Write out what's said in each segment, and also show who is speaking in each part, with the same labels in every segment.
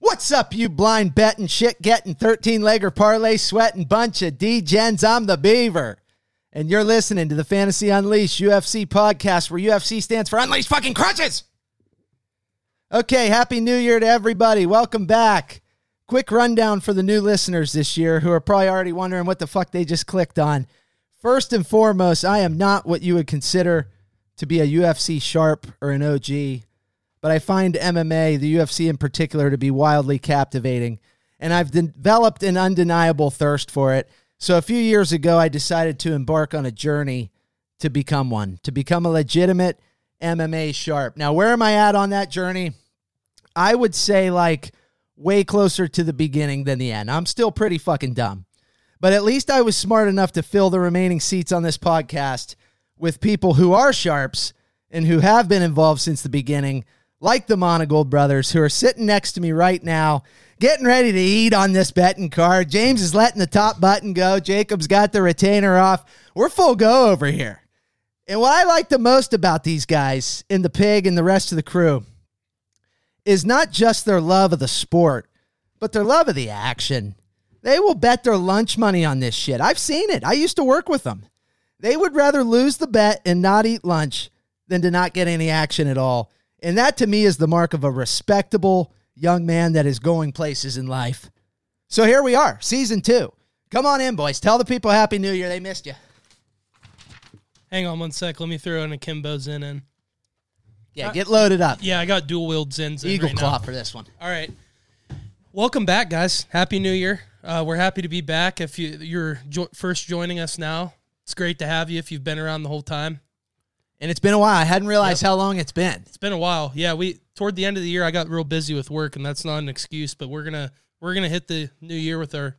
Speaker 1: What's up, you blind betting, shit getting, 13 legger parlay sweating bunch of D gens? I'm the Beaver. And you're listening to the Fantasy Unleashed UFC podcast where UFC stands for Unleashed fucking crutches. Okay, Happy New Year to everybody. Welcome back. Quick rundown for the new listeners this year who are probably already wondering what the fuck they just clicked on. First and foremost, I am not what you would consider to be a UFC sharp or an OG but I find MMA, the UFC in particular, to be wildly captivating. And I've developed an undeniable thirst for it. So a few years ago, I decided to embark on a journey to become one, to become a legitimate MMA sharp. Now, where am I at on that journey? I would say like way closer to the beginning than the end. I'm still pretty fucking dumb. But at least I was smart enough to fill the remaining seats on this podcast with people who are sharps and who have been involved since the beginning, like the Monagold brothers, who are sitting next to me right now, getting ready to eat on this betting card. James is letting the top button go. Jacob's got the retainer off. We're full go over here. And what I like the most about these guys and the pig and the rest of the crew is not just their love of the sport, but their love of the action. They will bet their lunch money on this shit. I've seen it. I used to work with them. They would rather lose the bet and not eat lunch than to not get any action at all. And that to me is the mark of a respectable young man that is going places in life. So here we are, season two. Come on in, boys. Tell the people Happy New Year. They missed you.
Speaker 2: Hang on one sec. Let me throw an akimbo Zen in.
Speaker 1: Yeah, get loaded up.
Speaker 2: Yeah, I got dual wield Zens in.
Speaker 1: Eagle
Speaker 2: Uh, right
Speaker 1: claw
Speaker 2: Now.
Speaker 1: for this one.
Speaker 2: All right. Welcome back, guys. Happy New Year. Uh, we're happy to be back. If you, you're jo- first joining us now, it's great to have you if you've been around the whole time.
Speaker 1: And it's been a while. I hadn't realized how long it's been.
Speaker 2: It's been a while. Yeah, we toward the end of the year I got real busy with work and that's not an excuse, but we're gonna we're gonna hit the new year with our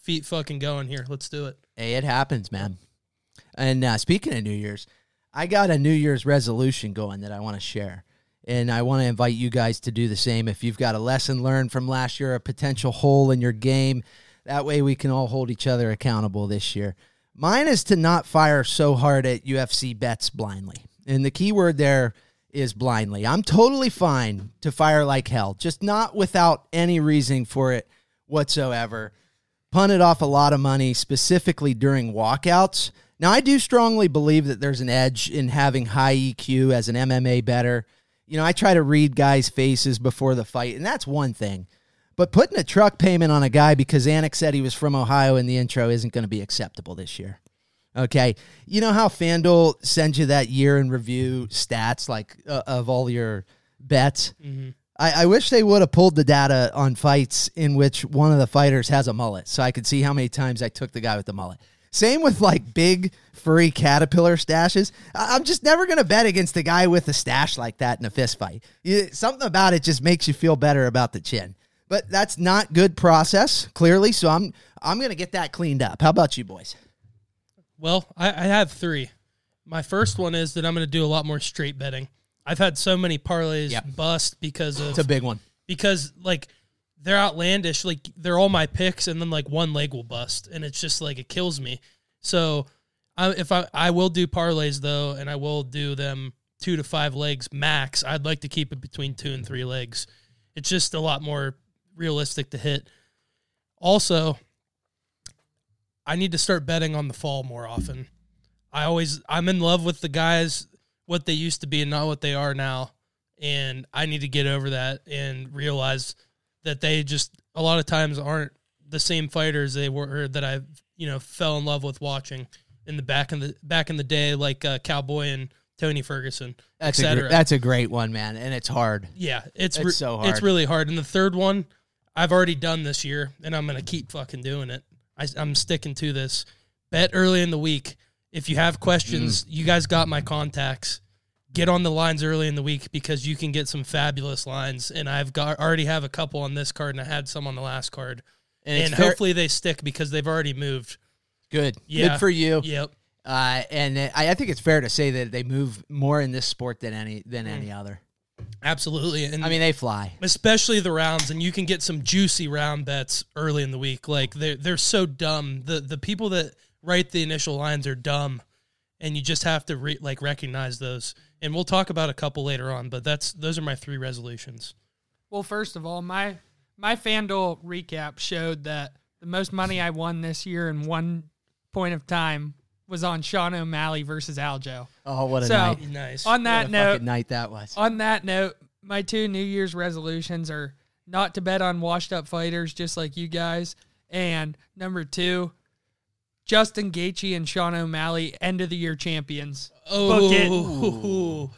Speaker 2: feet fucking going here. Let's do it.
Speaker 1: Hey, it happens, man. And uh, speaking of New Year's, I got a New Year's resolution going that I want to share. And I want to invite you guys to do the same. If you've got a lesson learned from last year, a potential hole in your game, that way we can all hold each other accountable this year. Mine is to not fire so hard at UFC bets blindly. And the key word there is blindly. I'm totally fine to fire like hell, just not without any reason for it whatsoever punted off a lot of money specifically during walkouts. Now, I do strongly believe that there's an edge in having high EQ as an MMA better. You know, I try to read guys' faces before the fight, and that's one thing. But putting a truck payment on a guy because Anik said he was from Ohio in the intro isn't going to be acceptable this year. Okay. You know how FanDuel sends you that year in review stats like uh, of all your bets? I, I wish they would have pulled the data on fights in which one of the fighters has a mullet so I could see how many times I took the guy with the mullet. Same with like big furry caterpillar stashes. I, I'm just never going to bet against the guy with a stash like that in a fist fight. You- something about it just makes you feel better about the chin. But that's not good process, clearly. So I'm I'm going to get that cleaned up. How about you boys?
Speaker 2: Well, I, I have three. My first one is that I'm gonna do a lot more straight betting. I've had so many parlays
Speaker 1: Yep.
Speaker 2: bust because of
Speaker 1: It's a big one.
Speaker 2: because like they're outlandish. Like they're all my picks, and then like one leg will bust, and it's just like it kills me. So, I, if I I will do parlays though, and I will do them two to five legs max. I'd like to keep it between two and three legs. It's just a lot more realistic to hit. Also, I need to start betting on the fall more often. I always I'm in love with the guys what they used to be and not what they are now. And I need to get over that and realize that they just a lot of times aren't the same fighters they were that I you know fell in love with watching in the back in the back in the day like uh, Cowboy and Tony Ferguson,
Speaker 1: That's a, gr-
Speaker 2: etc.
Speaker 1: that's a great one, man. And it's hard.
Speaker 2: Yeah, it's
Speaker 1: It's
Speaker 2: re-
Speaker 1: so hard.
Speaker 2: It's really hard. And the third one, I've already done this year, and I'm gonna keep fucking doing it. I, am sticking to this. Bet early in the week. If you have
Speaker 1: Mm.
Speaker 2: questions, you guys got my contacts. Get on the lines early in the week because you can get some fabulous lines. And I've got already have a couple on this card, and I had some on the last card.
Speaker 1: And it's
Speaker 2: and
Speaker 1: fair-
Speaker 2: hopefully they stick because they've already moved.
Speaker 1: Good.
Speaker 2: Yeah.
Speaker 1: Good for you.
Speaker 2: Yep.
Speaker 1: Uh, and it- I, I think it's fair to say that they move more in this sport than any than any
Speaker 3: Mm.
Speaker 1: other.
Speaker 2: Absolutely. And
Speaker 1: I mean, they fly.
Speaker 2: especially the rounds and you can get some juicy round bets early in the week like they're, they're so dumb the, the people that write the initial lines are dumb and you just have to re- like recognize those. And we'll talk about a couple later on, but that's those are my three resolutions.
Speaker 3: Well, first of all, my my FanDuel recap showed that the most money I won this year in one point of time was on Sean O'Malley versus Aljo.
Speaker 1: Oh, what a
Speaker 3: So, Oh.
Speaker 1: night!
Speaker 2: Nice.
Speaker 1: What
Speaker 3: On
Speaker 1: a
Speaker 3: that
Speaker 1: fucking
Speaker 3: note,
Speaker 1: night that was.
Speaker 3: on that note, my two New Year's resolutions are not to bet on washed up fighters, just like you guys. And number two, Justin Gaethje and Sean O'Malley end of the year champions.
Speaker 2: Uh,
Speaker 3: book it.
Speaker 2: Oh,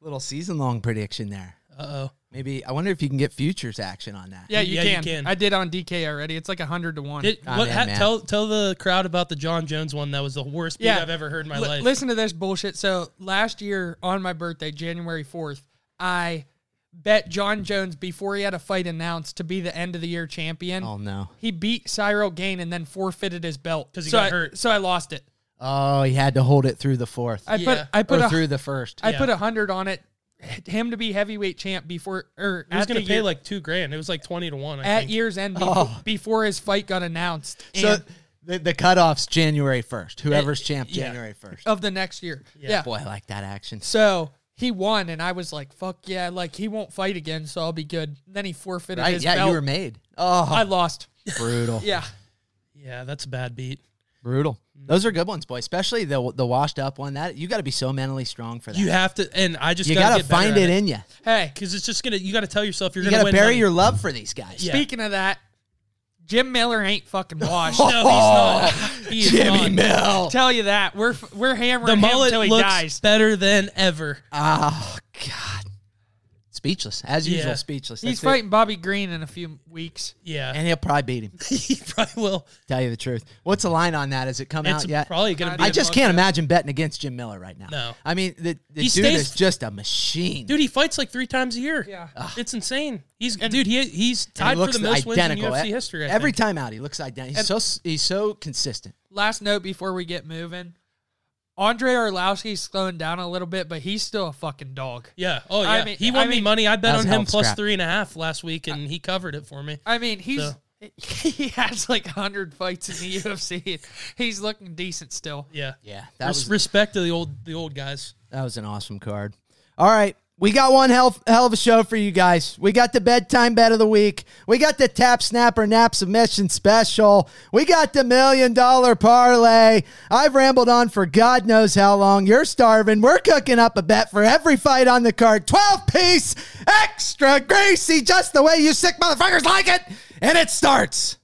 Speaker 1: Little season long prediction there.
Speaker 2: uh oh.
Speaker 1: Maybe I wonder if you can get futures action on that.
Speaker 3: Yeah, you,
Speaker 2: Yeah, you
Speaker 3: can.
Speaker 2: can.
Speaker 3: I did on DK already. It's like hundred to one.
Speaker 2: Did,
Speaker 1: Ah,
Speaker 2: what,
Speaker 1: man,
Speaker 2: ha,
Speaker 1: man.
Speaker 2: tell tell the crowd about the John Jones one. That was the worst beat
Speaker 3: Yeah.
Speaker 2: I've ever heard in my
Speaker 3: Li-
Speaker 2: life.
Speaker 3: Listen to this bullshit. So last year on my birthday, January fourth, I bet John Jones before he had a fight announced to be the end of the year champion.
Speaker 1: Oh no.
Speaker 3: He beat Cyril Gain and then forfeited his belt
Speaker 2: 'Cause he
Speaker 3: so
Speaker 2: got
Speaker 3: I,
Speaker 2: hurt.
Speaker 3: So I lost it.
Speaker 1: Oh, he had to hold it through the fourth
Speaker 3: I
Speaker 2: Yeah.
Speaker 3: put I put
Speaker 1: or
Speaker 3: a,
Speaker 1: through the first.
Speaker 3: I
Speaker 2: Yeah.
Speaker 3: put a hundred on it. Him to be heavyweight champ before or
Speaker 2: I was
Speaker 3: at,
Speaker 2: going
Speaker 3: the
Speaker 2: to pay
Speaker 3: year-
Speaker 2: like two grand. It was like twenty to one. I
Speaker 3: at
Speaker 2: think.
Speaker 3: year's end before,
Speaker 1: Oh.
Speaker 3: before his fight got announced
Speaker 1: so
Speaker 3: and
Speaker 1: the, the cutoff's January first. Whoever's champ,
Speaker 2: yeah.
Speaker 1: January first.
Speaker 3: of the next year.
Speaker 2: Yeah.
Speaker 3: yeah.
Speaker 1: Boy, I like that action.
Speaker 3: So he won, and I was like, "Fuck yeah!" Like he won't fight again, so I'll be good. Then he forfeited
Speaker 1: Right?
Speaker 3: his
Speaker 1: Yeah,
Speaker 3: belt.
Speaker 1: you were made. Oh,
Speaker 3: I lost.
Speaker 1: brutal.
Speaker 3: Yeah, Mm.
Speaker 2: Yeah, that's a bad beat.
Speaker 1: Brutal. Those are good ones, boy. Especially the the washed up one. That you got to be so mentally strong for that.
Speaker 2: You
Speaker 1: You,
Speaker 2: have to, and I just
Speaker 1: got
Speaker 2: gotta
Speaker 1: to find it in you.
Speaker 3: hey.
Speaker 2: because it's just gonna. You got to tell yourself you're
Speaker 1: You
Speaker 2: gonna
Speaker 1: got to
Speaker 2: win
Speaker 1: bury
Speaker 2: money.
Speaker 1: your love for these guys.
Speaker 2: Yeah.
Speaker 3: Speaking of that, Jim Miller ain't fucking washed.
Speaker 2: No, he's not. He is
Speaker 1: Oh, Jimmy
Speaker 2: not.
Speaker 1: Mill.
Speaker 3: Tell you that we're we're
Speaker 2: The
Speaker 3: hammering him
Speaker 2: mullet
Speaker 3: until he
Speaker 2: looks
Speaker 3: dies.
Speaker 2: better than ever.
Speaker 1: Oh God. Speechless as
Speaker 2: Yeah.
Speaker 1: usual. Speechless.
Speaker 3: He's
Speaker 1: That's it.
Speaker 3: fighting Bobby Green in a few weeks.
Speaker 2: Yeah,
Speaker 1: and he'll probably beat him.
Speaker 2: he probably will.
Speaker 1: Tell you the truth. What's the line on that? Has it come
Speaker 2: It's
Speaker 1: out yet?
Speaker 2: probably gonna be.
Speaker 1: I
Speaker 2: a
Speaker 1: just
Speaker 2: fuck-
Speaker 1: can't imagine betting against Jim Miller right now.
Speaker 2: No.
Speaker 1: I mean the, the
Speaker 2: He
Speaker 1: dude
Speaker 2: stays-
Speaker 1: is just a machine.
Speaker 2: Dude, he fights like three times a year.
Speaker 3: Yeah.
Speaker 2: it's insane. He's dude. He he's
Speaker 1: And he
Speaker 2: tied for the most wins in UFC
Speaker 1: E-
Speaker 2: history. I
Speaker 1: Every
Speaker 2: think.
Speaker 1: time out, he looks identical. He's so s- he's so consistent.
Speaker 3: Last note before we get moving, Andre Orlowski's slowing down a little bit, but he's still a fucking dog.
Speaker 2: Yeah. Oh yeah.
Speaker 3: I mean-
Speaker 2: he won
Speaker 3: I
Speaker 2: me
Speaker 3: mean-
Speaker 2: money. I bet
Speaker 1: That was
Speaker 2: on
Speaker 1: a hell
Speaker 2: him
Speaker 1: of a
Speaker 2: plus
Speaker 1: scrap.
Speaker 2: three and a half last week, and he covered it for me.
Speaker 3: I mean, he's
Speaker 2: So-
Speaker 3: he has like hundred fights in the UFC. He's looking decent still.
Speaker 2: Yeah.
Speaker 1: Yeah, that
Speaker 2: Res-
Speaker 1: was
Speaker 2: respect to the old the old guys.
Speaker 1: that was an awesome card. All right, we got one hell hell of a show for you guys. We got the bedtime bet of the week. We got the tap snapper nap submission special. We got the million dollar parlay. I've rambled on for God knows how long. You're starving. We're cooking up a bet for every fight on the card. Twelve piece extra greasy, just the way you sick motherfuckers like it. And it starts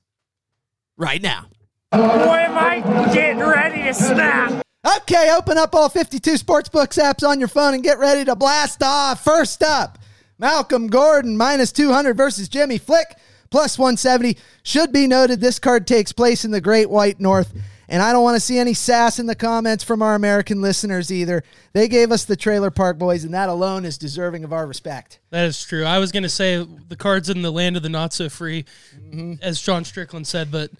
Speaker 1: right now.
Speaker 4: Boy, am I getting ready to snap.
Speaker 1: Okay, open up all 52 sportsbooks apps on your phone and get ready to blast off. First up, Malcolm Gordon minus 200 versus Jimmy Flick plus 170. Should be noted this card takes place in the Great White North. And I don't want to see any sass in the comments from our American listeners either. They gave us the Trailer Park Boys, and that alone is deserving of our respect.
Speaker 2: That is true. I was gonna say the cards in the land of the not so free, as John Strickland said, but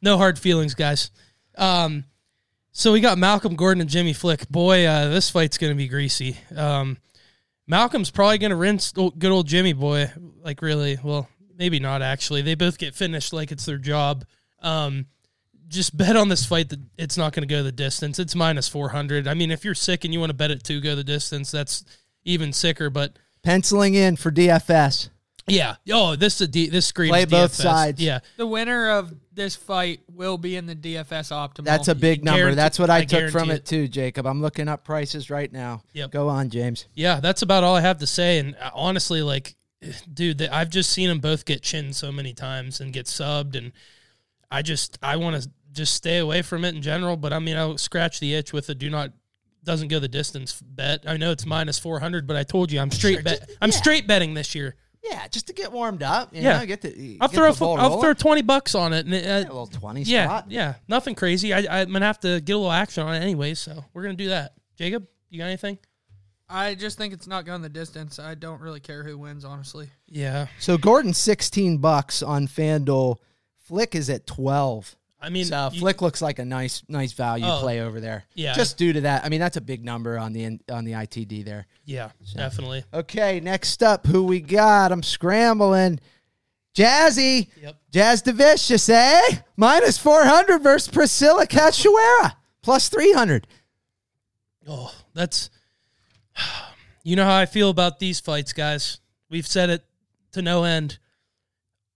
Speaker 2: no hard feelings, guys. Um, so we got Malcolm Gordon and Jimmy Flick. Boy, uh, this fight's gonna be greasy. Um, Malcolm's probably gonna rinse old- good old Jimmy boy. Like really, well, maybe not actually. They both get finished like it's their job. Um, just bet on this fight that it's not going to go the distance. It's minus 400. I mean, if you're sick and you want to bet it to go the distance, that's even sicker. But
Speaker 1: Penciling in for DFS.
Speaker 2: yeah. Oh, this is a D, this screams
Speaker 1: Play both
Speaker 2: DFS.
Speaker 1: sides.
Speaker 2: Yeah.
Speaker 3: The winner of this fight will be in the DFS optimal.
Speaker 1: That's a big number.
Speaker 2: Guarantee-
Speaker 1: That's what I,
Speaker 2: Oh, I
Speaker 1: took from
Speaker 2: guarantee
Speaker 1: it.
Speaker 2: it.
Speaker 1: too, Jacob. I'm looking up prices right now.
Speaker 2: Yep.
Speaker 1: Go on, James.
Speaker 2: Yeah, that's about all I have to say and uh, honestly like dude, that I've just seen them both get chinned so many times and get subbed and I just I want to just stay away from it in general, but I mean, I'll scratch the itch with a do not doesn't go the distance bet. I know it's minus 400, but I told you I'm straight
Speaker 1: Sure,
Speaker 2: bet
Speaker 1: just-
Speaker 2: I'm
Speaker 1: yeah.
Speaker 2: straight betting this year.
Speaker 1: Yeah, just to get warmed up. You
Speaker 2: Yeah.
Speaker 1: know, get the.
Speaker 2: I'll
Speaker 1: get
Speaker 2: throw
Speaker 1: the
Speaker 2: a fu-
Speaker 1: ball
Speaker 2: I'll
Speaker 1: rolling.
Speaker 2: throw 20 bucks on it and it,
Speaker 1: a
Speaker 2: uh,
Speaker 1: little 20
Speaker 2: yeah,
Speaker 1: spot.
Speaker 2: yeah, nothing crazy. I, I'm gonna have to get a little action on it anyway, so we're gonna do that. Jacob, you got anything?
Speaker 3: I just think it's not going the distance. I don't really care who wins, honestly.
Speaker 2: Yeah,
Speaker 1: So Gordon's 16 bucks on FanDuel. Flick is at 12.
Speaker 2: I mean,
Speaker 1: So
Speaker 2: you-
Speaker 1: Flick looks like a nice nice value
Speaker 2: Oh,
Speaker 1: play over there.
Speaker 2: yeah.
Speaker 1: Just due to that. I mean, that's a big number on the in- on the ITD there.
Speaker 2: Yeah, definitely.
Speaker 1: Okay, next up who we got? I'm scrambling. Jazzy.
Speaker 2: Yep.
Speaker 1: Jazz DeVicious, eh? Minus 400 versus Priscilla Cachuera. Plus 300.
Speaker 2: Oh, that's. You know how I feel about these fights, guys. We've said it to no end.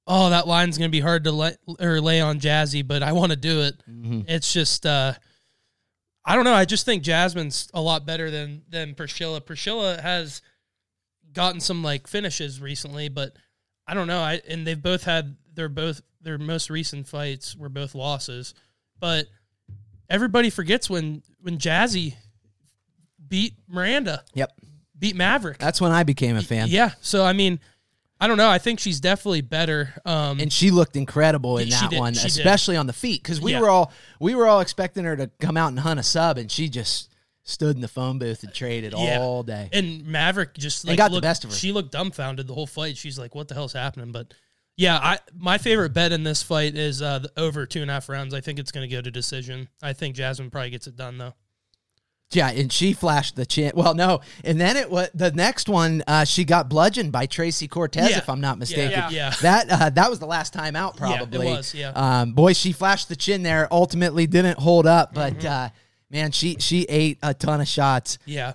Speaker 2: Oh, that line's going to be hard to lay, or lay on Jazzy, but I want to do it. It's just, uh, I don't know. I just think Jasmine's a lot better than than Priscilla. Priscilla has gotten some like finishes recently, but I don't know. I and they've both had their both their most recent fights were both losses, but everybody forgets when when Jazzy beat Miranda,
Speaker 1: Yep.
Speaker 2: beat Maverick.
Speaker 1: That's when I became a fan.
Speaker 2: Yeah. So I mean, I don't know. I think she's definitely better. Um,
Speaker 1: and she looked incredible in
Speaker 2: She
Speaker 1: that
Speaker 2: did,
Speaker 1: one,
Speaker 2: she did.
Speaker 1: especially on the feet, because we
Speaker 2: Yeah.
Speaker 1: were all we were all expecting her to come out and hunt a sub, and she just stood in the phone booth and traded
Speaker 2: yeah.
Speaker 1: all day.
Speaker 2: And Maverick just
Speaker 1: And
Speaker 2: like,
Speaker 1: got the
Speaker 2: looked-
Speaker 1: best of her.
Speaker 2: She looked dumbfounded the whole fight. She's like, "What the hell's happening?" But yeah, I my favorite bet in this fight is uh, the over two and a half rounds. I think it's going to go to decision. I think Jasmine probably gets it done though.
Speaker 1: Yeah, and she flashed the chin. Well, no, and then it was the next one. Uh, she got bludgeoned by Tracy Cortez,
Speaker 2: Yeah.
Speaker 1: if I'm not mistaken.
Speaker 2: Yeah. Yeah.
Speaker 1: that uh, that was the last time out,
Speaker 2: Yeah, it
Speaker 1: probably.
Speaker 2: was, yeah.
Speaker 1: Um, boy, she flashed the chin there. Ultimately, didn't hold up, but
Speaker 2: Mm-hmm.
Speaker 1: uh, man, she she ate a ton of shots.
Speaker 2: Yeah,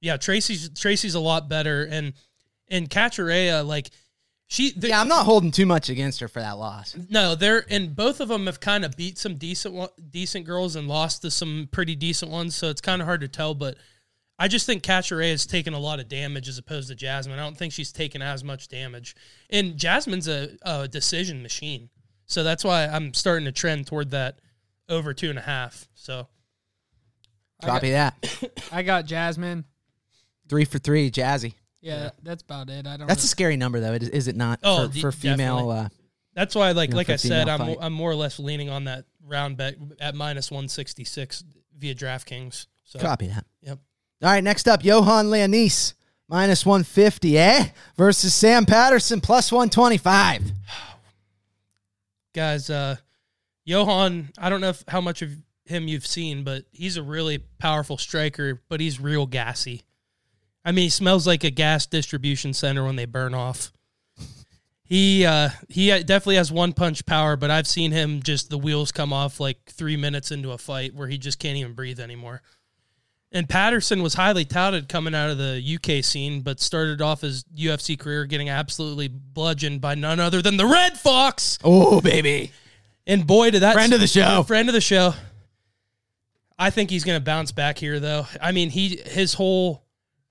Speaker 2: yeah. Tracy's Tracy's a lot better, and and Cacciarea like she. the-
Speaker 1: Yeah, I'm not holding too much against her for that loss.
Speaker 2: No, they're and both of them have kind of beat some decent one- decent girls and lost to some pretty decent ones, so it's kind of hard to tell. But I just think Cacharay has taken a lot of damage as opposed to Jasmine. I don't think she's taken as much damage, and Jasmine's a, a decision machine, so that's why I'm starting to trend toward that over two and a half. So
Speaker 1: Copy that.
Speaker 3: I got Jasmine.
Speaker 1: Three for three, Jazzy.
Speaker 3: Yeah, that's about it. I don't.
Speaker 1: That's a
Speaker 3: know.
Speaker 1: scary number, though, is, is it not?
Speaker 2: Oh,
Speaker 1: for,
Speaker 2: de-
Speaker 1: for female. Uh,
Speaker 2: that's why, like like I
Speaker 1: for
Speaker 2: said,
Speaker 1: female
Speaker 2: I'm
Speaker 1: fight.
Speaker 2: I'm more or less leaning on that round bet at minus one sixty six via DraftKings. So
Speaker 1: uh, copy that.
Speaker 2: yep.
Speaker 1: All right, next up, Johan Leonis minus one fifty, eh? Versus Sam Patterson plus one twenty five.
Speaker 2: guys. Uh, Johan, I don't know if, how much of him you've seen, but he's a really powerful striker, but he's real gassy. I mean, he smells like a gas distribution center when they burn off. He uh, he definitely has one punch power, but I've seen him just the wheels come off like three minutes into a fight where he just can't even breathe anymore. And Patterson was highly touted coming out of the UK scene, but started off his UFC career getting absolutely bludgeoned by none other than the Red Fox.
Speaker 1: Oh baby,
Speaker 2: And boy, did that
Speaker 1: friend of the show.
Speaker 2: friend of the show. I think he's going to bounce back here, though. I mean, he his whole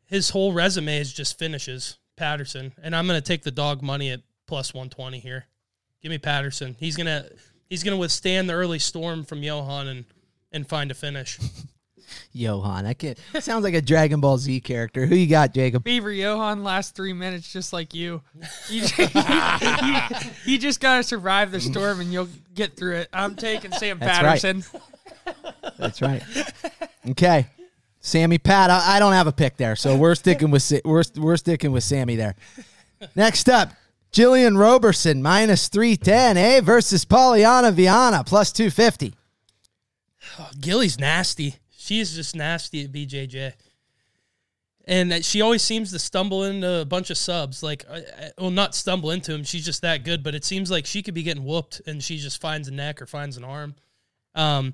Speaker 2: his whole resume is just finishes Patterson, and I'm going to take the dog money at plus 120 here. Give me Patterson. He's gonna he's gonna withstand the early storm from Johan and and find a finish.
Speaker 1: Johan, that kid sounds like a Dragon Ball Z character. Who you got, Jacob?
Speaker 3: Beaver Johan last three minutes, just like you. You, you, you just gotta survive the storm and you'll get through it. I'm taking Sam
Speaker 1: That's right.
Speaker 3: Patterson.
Speaker 1: That's right. Okay, Sammy Pat. I, I don't have a pick there, so we're sticking with Sa- we're we're sticking with Sammy there. Next up, Jillian Roberson minus three ten, eh? Versus Pollyanna Viana plus two fifty.
Speaker 2: Oh, Gilly's nasty. She is just nasty at BJJ. And that she always seems to stumble into a bunch of subs. Like, uh, uh, well, not stumble into him. She's just that good. But it seems like she could be getting whooped, and she just finds a neck or finds an arm. Um,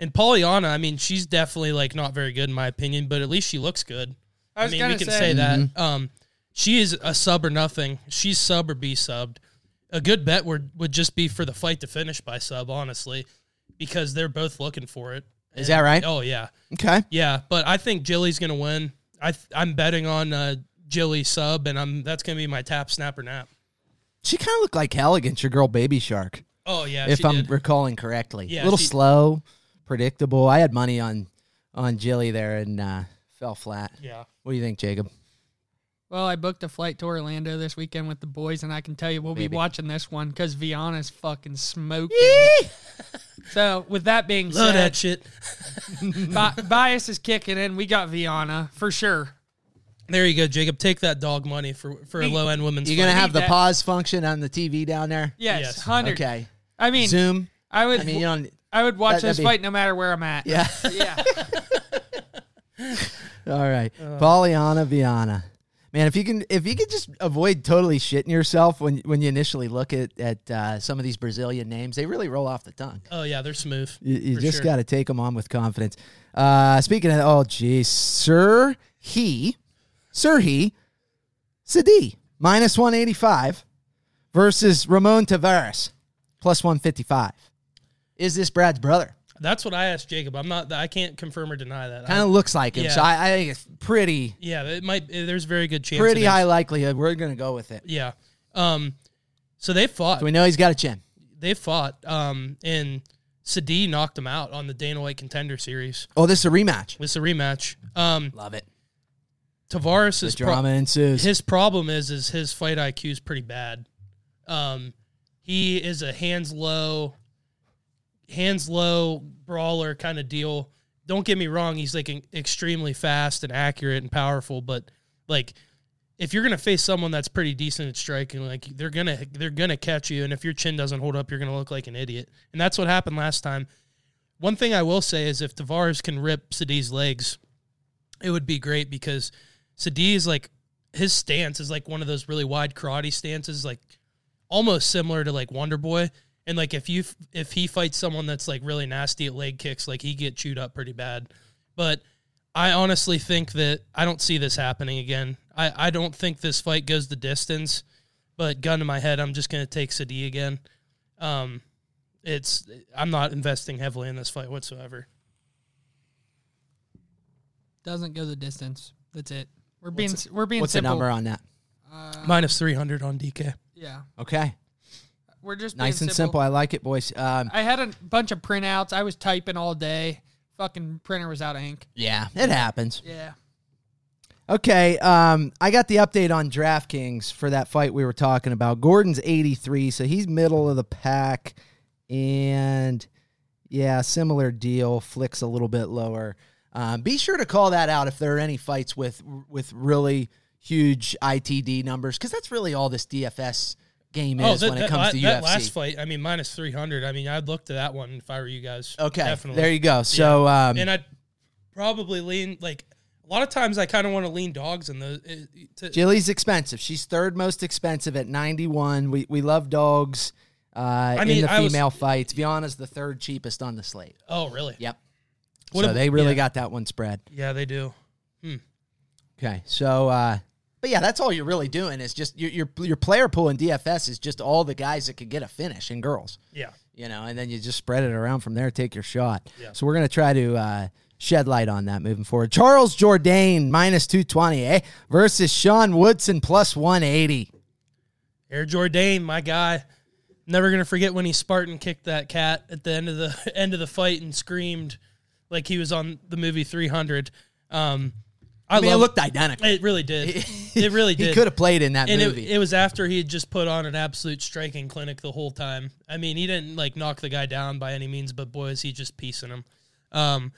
Speaker 2: and Pollyanna, I mean, she's definitely like not very good in my opinion, but at least she looks good.
Speaker 3: I was
Speaker 2: mean,
Speaker 3: gonna
Speaker 2: we can
Speaker 3: say-
Speaker 2: say,
Speaker 1: Mm-hmm.
Speaker 2: that. Um, she is a sub or nothing. She's sub or be subbed. A good bet would would just be for the fight to finish by sub, honestly, because they're both looking for it.
Speaker 1: Is that right?
Speaker 2: Oh yeah,
Speaker 1: Okay.
Speaker 2: yeah. But I think Jilly's gonna win. I th- I'm betting on uh, Jilly sub, and I'm that's gonna be my tap snapper nap.
Speaker 1: She kind of looked like hell against your girl Baby Shark.
Speaker 2: Oh yeah,
Speaker 1: if
Speaker 2: she
Speaker 1: I'm
Speaker 2: did.
Speaker 1: recalling correctly.
Speaker 2: Yeah,
Speaker 1: a little
Speaker 2: she-
Speaker 1: slow, predictable. I had money on on Jilly there and uh, fell flat.
Speaker 2: yeah.
Speaker 1: What do you think, Jacob?
Speaker 3: Well, I booked a flight to Orlando this weekend with the boys, and I can tell you we'll
Speaker 1: Baby.
Speaker 3: be watching this one because Viana's fucking smoking. so, with that being
Speaker 2: Love that
Speaker 3: said,
Speaker 2: shit.
Speaker 3: bi- bias is kicking in. We got Viana for sure.
Speaker 2: There you go, Jacob. Take that dog money for for a low end women's.
Speaker 1: You're gonna
Speaker 2: fight.
Speaker 1: have the
Speaker 3: that-
Speaker 1: pause function on the TV down there.
Speaker 3: Yes,
Speaker 2: Yes.
Speaker 3: hundred.
Speaker 1: Okay.
Speaker 3: I mean,
Speaker 1: Zoom.
Speaker 3: I would.
Speaker 1: I
Speaker 3: I,
Speaker 1: mean, you don't.
Speaker 3: would watch
Speaker 1: that- that'd
Speaker 3: this
Speaker 1: be-
Speaker 3: fight no matter where I'm at.
Speaker 1: Yeah.
Speaker 3: yeah.
Speaker 2: Uh.
Speaker 1: All right. Pollyanna Viana. Man, if you can, if you could just avoid totally shitting yourself when when you initially look at at uh, some of these Brazilian names, they really roll off the tongue.
Speaker 2: Oh yeah, they're smooth.
Speaker 1: You, you
Speaker 2: for
Speaker 1: just
Speaker 2: sure.
Speaker 1: got to take them on with confidence. Uh, speaking of, oh geez, Sir He, Sir He, Sadi minus one eighty five versus Ramon Tavares plus one fifty five. Is this Brad's brother?
Speaker 2: That's what I asked Jacob. I'm not. I can't confirm or deny that.
Speaker 1: Kind
Speaker 2: I-
Speaker 1: of looks like him,
Speaker 2: Uh, yeah.
Speaker 1: so I, I think it's pretty
Speaker 2: yeah, it might. eh, There's a very good chance.
Speaker 1: pretty
Speaker 2: it is.
Speaker 1: high likelihood. We're gonna go with it.
Speaker 2: Yeah. Um. So they fought.
Speaker 1: So we know he's got a chin.
Speaker 2: they fought. Um. And Sadi knocked him out on the Dana White Contender Series.
Speaker 1: Oh, this is a rematch.
Speaker 2: It's a rematch. Um.
Speaker 1: Love it.
Speaker 2: Tavares
Speaker 1: The
Speaker 2: is
Speaker 1: drama ensues.
Speaker 2: his problem is is his fight IQ is pretty bad. Um, he is a hands low, hands low brawler kind of deal. Don't get me wrong; he's like an extremely fast and accurate and powerful. But like, if you're gonna face someone that's pretty decent at striking, like they're gonna they're gonna catch you, and if your chin doesn't hold up, you're gonna look like an idiot. And that's what happened last time. One thing I will say is if Tavares can rip Sadi's legs, it would be great because Sadi is like his stance is like one of those really wide karate stances, like almost similar to like Wonder Boy. And like if you if he fights someone that's like really nasty at leg kicks, like he get chewed up pretty bad. But I honestly think that I don't see this happening again. I I don't think this fight goes the distance. But gun to my head, I'm just gonna take Sadi again. Um, it's I'm not investing heavily in this fight whatsoever.
Speaker 3: Doesn't go the distance. That's it. We're being we're being
Speaker 1: What's the
Speaker 3: simple.
Speaker 1: number on that?
Speaker 2: Minus three hundred on DK.
Speaker 3: Yeah,
Speaker 1: Okay,
Speaker 3: we're just being
Speaker 1: nice and simple. I like it, boys. Um,
Speaker 3: I had a bunch of printouts. I was typing all day. Fucking printer was out of ink.
Speaker 1: yeah, it happens.
Speaker 3: Yeah.
Speaker 1: Okay, um, I got the update on DraftKings for that fight we were talking about. Gordon's 83, so he's middle of the pack. And yeah, similar deal. Flicks a little bit lower. Um, be sure to call that out if there are any fights with with really huge ITD numbers, because that's really all this DFS game is
Speaker 2: Oh, that,
Speaker 1: when it
Speaker 2: that
Speaker 1: comes
Speaker 2: la-
Speaker 1: to
Speaker 2: that
Speaker 1: UFC.
Speaker 2: last fight, I mean, minus 300. I mean, I'd look to that one if I were you guys.
Speaker 1: okay,
Speaker 2: Definitely.
Speaker 1: there you go. So um,
Speaker 2: and I'd probably lean, like, a lot of times I kind of want to lean dogs in those. it- it- to-
Speaker 1: Jilly's expensive. She's third most expensive at 91. We we love dogs uh, in
Speaker 2: mean,
Speaker 1: the
Speaker 2: I was-
Speaker 1: female fights. Viana's the third cheapest on the slate.
Speaker 2: oh, really?
Speaker 1: Yep.
Speaker 2: What
Speaker 1: so
Speaker 2: ab-
Speaker 1: they really
Speaker 2: yeah.
Speaker 1: got that one spread.
Speaker 2: Yeah, they do.
Speaker 1: Okay. So, uh, but yeah, that's all you're really doing is just your, your your player pool in DFS is just all the guys that could get a finish and girls,
Speaker 2: Yeah.
Speaker 1: you know, and then you just spread it around from there, take your shot.
Speaker 2: Yeah.
Speaker 1: So we're gonna try to uh, shed light on that moving forward. Charles Jourdain minus 220 eh, versus Sean Woodson plus 180.
Speaker 2: Air Jordan, my guy. Never gonna forget when he Spartan kicked that cat at the end of the end of the fight and screamed like he was on the movie 300. Um, I,
Speaker 1: I mean,
Speaker 2: love
Speaker 1: it looked identical.
Speaker 2: It really did. it really did.
Speaker 1: He could have played in that
Speaker 2: and it,
Speaker 1: movie.
Speaker 2: it was after he had just put on an absolute striking clinic the whole time. I mean, he didn't like knock the guy down by any means, but boy, is he just piecing him. Um,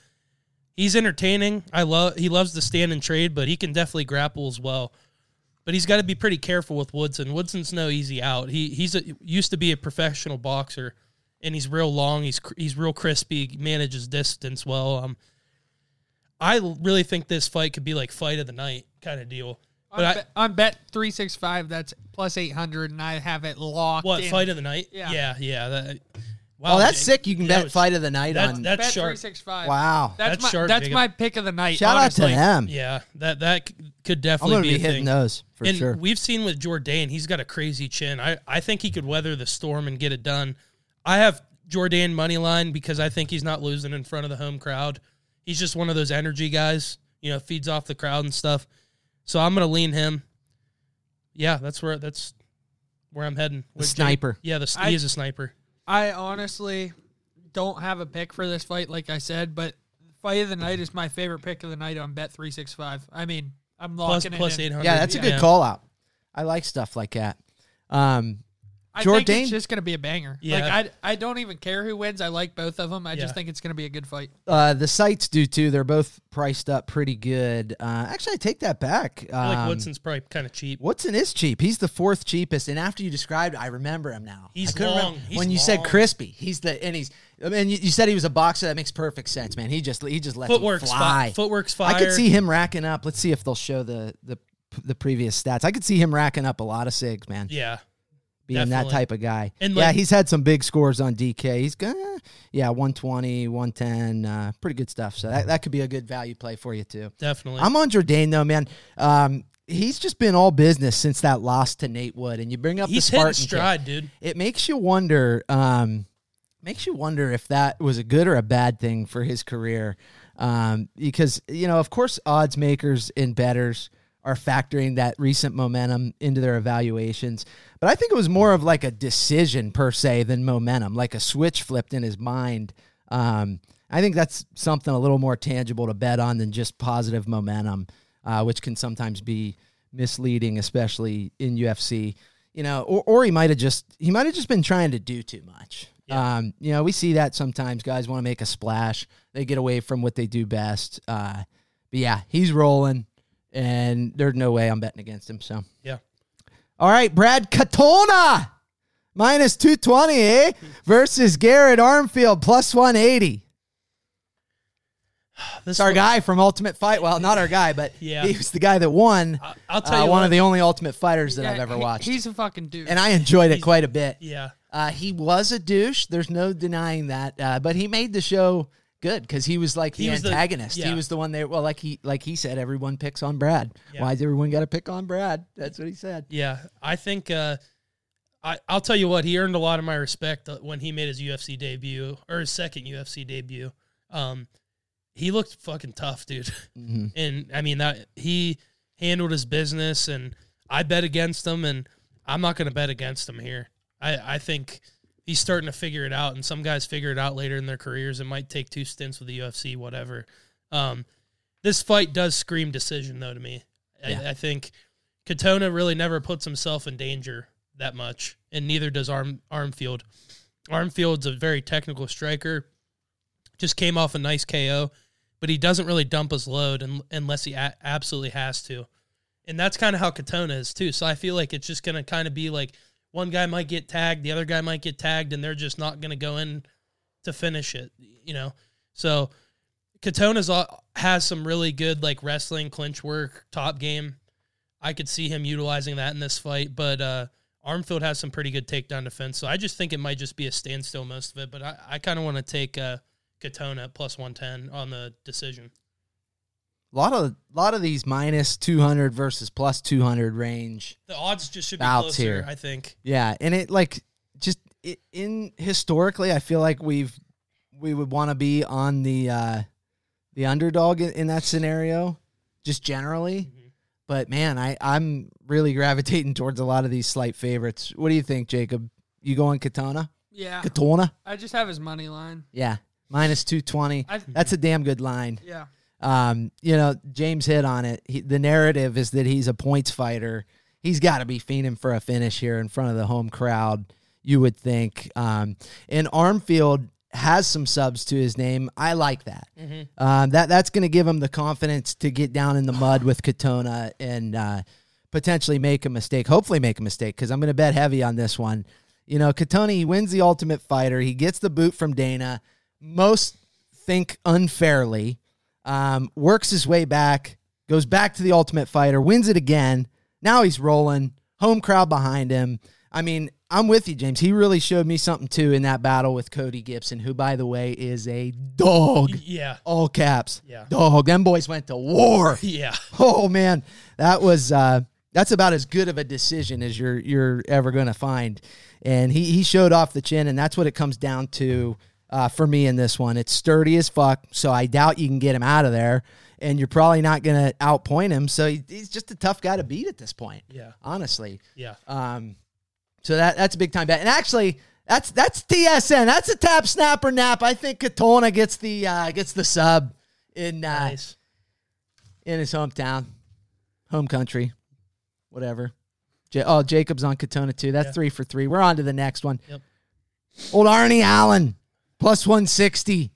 Speaker 2: he's entertaining. I love. He loves to stand and trade, but he can definitely grapple as well. But he's got to be pretty careful with Woodson. Woodson's no easy out. He he's a, used to be a professional boxer, and he's real long. He's cr- he's real crispy. He manages distance well. Um, I l- really think this fight could be like fight of the night kind of deal. But
Speaker 3: on,
Speaker 2: I,
Speaker 3: bet, on bet three six five, that's plus eight hundred, and I have it locked.
Speaker 2: What
Speaker 3: in.
Speaker 2: fight of the night?
Speaker 3: Yeah.
Speaker 2: yeah, yeah. That, wow,
Speaker 1: oh, that's
Speaker 2: Jake.
Speaker 1: sick. You can
Speaker 2: That
Speaker 1: bet
Speaker 2: was-
Speaker 1: fight of the night
Speaker 2: that-
Speaker 1: on.
Speaker 2: that-
Speaker 3: Bet
Speaker 2: That's sharp.
Speaker 3: three six five.
Speaker 1: wow.
Speaker 3: That's,
Speaker 2: That's
Speaker 3: my
Speaker 2: sharp,
Speaker 3: that's
Speaker 2: Jacob.
Speaker 3: my pick of the night.
Speaker 1: Shout out
Speaker 3: honestly.
Speaker 1: to them.
Speaker 2: Yeah, that that c- could
Speaker 1: I'm
Speaker 2: definitely
Speaker 1: going to
Speaker 2: be,
Speaker 1: be
Speaker 2: a
Speaker 1: hitting
Speaker 2: thing.
Speaker 1: those for
Speaker 2: and
Speaker 1: sure.
Speaker 2: we've seen with Jordan, he's got a crazy chin. I I think he could weather the storm and get it done. I have Jordan money line because I think he's not losing in front of the home crowd. He's just one of those energy guys, you know, feeds off the crowd and stuff. So I'm gonna lean him. Yeah, that's where that's where I'm heading.
Speaker 1: The
Speaker 2: With Jake.
Speaker 1: sniper.
Speaker 2: Yeah, the,
Speaker 3: I-
Speaker 2: he is a sniper.
Speaker 3: I honestly don't have a pick for this fight, like I said, but fight of the night is my favorite pick of the night on bet three six five. I mean, I'm
Speaker 2: Plus
Speaker 3: locking
Speaker 2: plus
Speaker 3: it
Speaker 2: eight
Speaker 3: in.
Speaker 2: hundred.
Speaker 1: Yeah, that's a good call out. I like stuff like that. Um,
Speaker 3: I think
Speaker 1: Jordan?
Speaker 3: it's just gonna be a banger.
Speaker 2: Yeah.
Speaker 3: Like I, I don't even care who wins. I like both of them. I
Speaker 2: Yeah.
Speaker 3: just think it's gonna be a good fight.
Speaker 1: uh, the sites do too. They're both priced up pretty good. Uh, actually, I take that back.
Speaker 2: I feel like
Speaker 1: Um,
Speaker 2: Woodson's probably kind of cheap.
Speaker 1: Woodson is cheap. He's the fourth cheapest, and after you described, it, I remember him now.
Speaker 2: He's
Speaker 1: I couldn't remember-
Speaker 2: long. He's
Speaker 1: when you said
Speaker 2: long.
Speaker 1: crispy, he's the and he's. I mean, you, you said he was a boxer. That makes perfect sense, man. He just he just lets him
Speaker 2: Footwork's
Speaker 1: fly.
Speaker 2: fi- footwork's fire.
Speaker 1: I could see him racking up. Let's see if they'll show the the the previous stats. I could see him racking up a lot of sigs, man.
Speaker 2: Yeah.
Speaker 1: being that
Speaker 2: definitely.
Speaker 1: type of guy.
Speaker 2: And,
Speaker 1: yeah,
Speaker 2: like-
Speaker 1: he's had some big scores on DK. He's got yeah, 120, 110, uh, pretty good stuff. So that, that could be a good value play for you too.
Speaker 2: Definitely.
Speaker 1: I'm on Jordan though, man. Um, he's just been all business since that loss to Nate Wood, and you bring up
Speaker 2: He's
Speaker 1: the Spartan
Speaker 2: hitting
Speaker 1: kick.
Speaker 2: stride, dude.
Speaker 1: It makes you wonder. Um, makes you wonder if that was a good or a bad thing for his career, um, because you know, of course, odds makers and betters are factoring that recent momentum into their evaluations. But I think it was more of like a decision per se than momentum, like a switch flipped in his mind. Um, I think that's something a little more tangible to bet on than just positive momentum, uh, which can sometimes be misleading, especially in UFC. You know, or, or he might have just he might have just been trying to do too much. Um, you know, we see that sometimes guys want to make a splash, they get away from what they do best. Uh, but yeah, he's rolling, and there's no way I'm betting against him. So
Speaker 2: Yeah.
Speaker 1: all right, Brad Katona minus two twenty, eh? Versus Garrett Armfield plus one eighty.
Speaker 2: This
Speaker 1: It's our
Speaker 2: one-
Speaker 1: guy from Ultimate Fight. Well, not our guy, but
Speaker 2: Yeah.
Speaker 1: he was the guy that won.
Speaker 2: I- I'll
Speaker 1: uh,
Speaker 2: tell you
Speaker 1: one
Speaker 2: what.
Speaker 1: of the only Ultimate Fighters that
Speaker 3: Yeah,
Speaker 1: I've ever
Speaker 3: he-
Speaker 1: watched,
Speaker 3: He's a fucking dude.
Speaker 1: and I enjoyed it quite a bit.
Speaker 2: Yeah.
Speaker 1: Uh, he was a douche. There's no denying that. Uh, but he made the show good because he was like the
Speaker 2: He was the-
Speaker 1: antagonist. He
Speaker 2: yeah.
Speaker 1: was the one there. Well, like he like he said, everyone picks on Brad.
Speaker 2: Yeah.
Speaker 1: Why's everyone got to pick on Brad? That's what he said.
Speaker 2: Yeah, I think uh, I I'll tell you what he earned a lot of my respect uh, when he made his UFC debut or his second UFC debut. Um, he looked fucking tough, dude,
Speaker 1: Mhm.
Speaker 2: and I mean that he handled his business, and I bet against him, and I'm not going to bet against him here. I I think he's starting to figure it out, and some guys figure it out later in their careers. It might take two stints with the UFC, whatever. Um, this fight does scream decision though to me.
Speaker 1: Yeah.
Speaker 2: I, I think Katona really never puts himself in danger that much, and neither does Arm Armfield. Armfield's a very technical striker. Just came off a nice KO, but he doesn't really dump his load un- unless he a- absolutely has to. And that's kind of how Katona is too. So I feel like it's just going to kind of be like one guy might get tagged, the other guy might get tagged, and they're just not going to go in to finish it, you know? So Katona's al- has some really good like wrestling, clinch work, top game. I could see him utilizing that in this fight, but uh, Armfield has some pretty good takedown defense. So I just think it might just be a standstill most of it. But I, I kind of want to take uh, Katona at plus one ten on the decision.
Speaker 1: A lot of lot of these minus two hundred versus plus two hundred range.
Speaker 2: The odds just should be
Speaker 1: Bouts
Speaker 2: closer.
Speaker 1: here.
Speaker 2: I think.
Speaker 1: Yeah, and it like just it, in historically, I feel like we've we would want to be on the uh the underdog in, in that scenario, just generally. But man, I I'm really gravitating towards a lot of these slight favorites. What do you think, Jacob? You going Katana?
Speaker 3: yeah,
Speaker 1: Katana?
Speaker 3: I just have his money line.
Speaker 1: Yeah, minus two twenty.
Speaker 3: I
Speaker 1: That's a damn good line
Speaker 3: yeah,
Speaker 1: um, you know, James hit on it. He, the narrative is that he's a points fighter. He's got to be fiending for a finish here in front of the home crowd, you would think. Um, and Armfield has some subs to his name. I like that. Um, that that's going to give him the confidence to get down in the mud with Katona and uh, potentially make a mistake. Hopefully, make a mistake because I'm going to bet heavy on this one. You know, Katona he wins the Ultimate Fighter. He gets the boot from Dana. Most think unfairly um, works his way back, goes back to the Ultimate Fighter, wins it again. Now he's rolling, home crowd behind him. I mean, I'm with you, James. He really showed me something too in that battle with Cody Gibson, who, by the way, is a dog.
Speaker 2: Yeah,
Speaker 1: All caps.
Speaker 2: Yeah.
Speaker 1: Dog. Them boys went to war.
Speaker 2: yeah,
Speaker 1: Oh man, that was uh, that's about as good of a decision as you're you're ever going to find. And he he showed off the chin, and that's what it comes down to uh, for me in this one. It's sturdy as fuck, so I doubt you can get him out of there, and you're probably not going to outpoint him. So he, he's just a tough guy to beat at this point.
Speaker 2: Yeah.
Speaker 1: honestly.
Speaker 2: yeah.
Speaker 1: Um, so that that's a big time bet. And actually, that's that's TSN. That's a tap snapper nap. I think Katona gets the uh, gets the sub in uh,
Speaker 2: Nice.
Speaker 1: in his hometown, home country, whatever. Ja- oh, Jacob's on Katona too. That's
Speaker 2: Yeah.
Speaker 1: three for three. We're on to the next one.
Speaker 2: Yep.
Speaker 1: Old Arnie Allen plus one sixty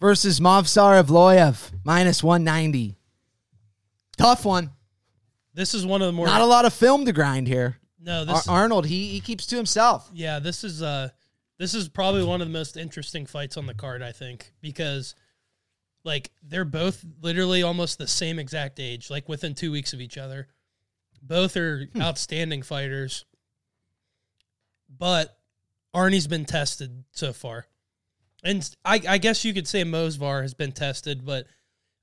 Speaker 1: versus Mavsar Evloyev minus one ninety. Tough one.
Speaker 2: This is one of the more
Speaker 1: Not a lot of film to grind here.
Speaker 2: no.
Speaker 1: Ar-
Speaker 2: This
Speaker 1: Arnold, he he keeps to himself.
Speaker 2: yeah, this is uh this is probably one of the most interesting fights on the card, I think, because like they're both literally almost the same exact age, like within two weeks of each other. Both are
Speaker 1: Hmm.
Speaker 2: outstanding fighters. But Arnie's been tested so far. And I, I guess you could say Mosvar has been tested, but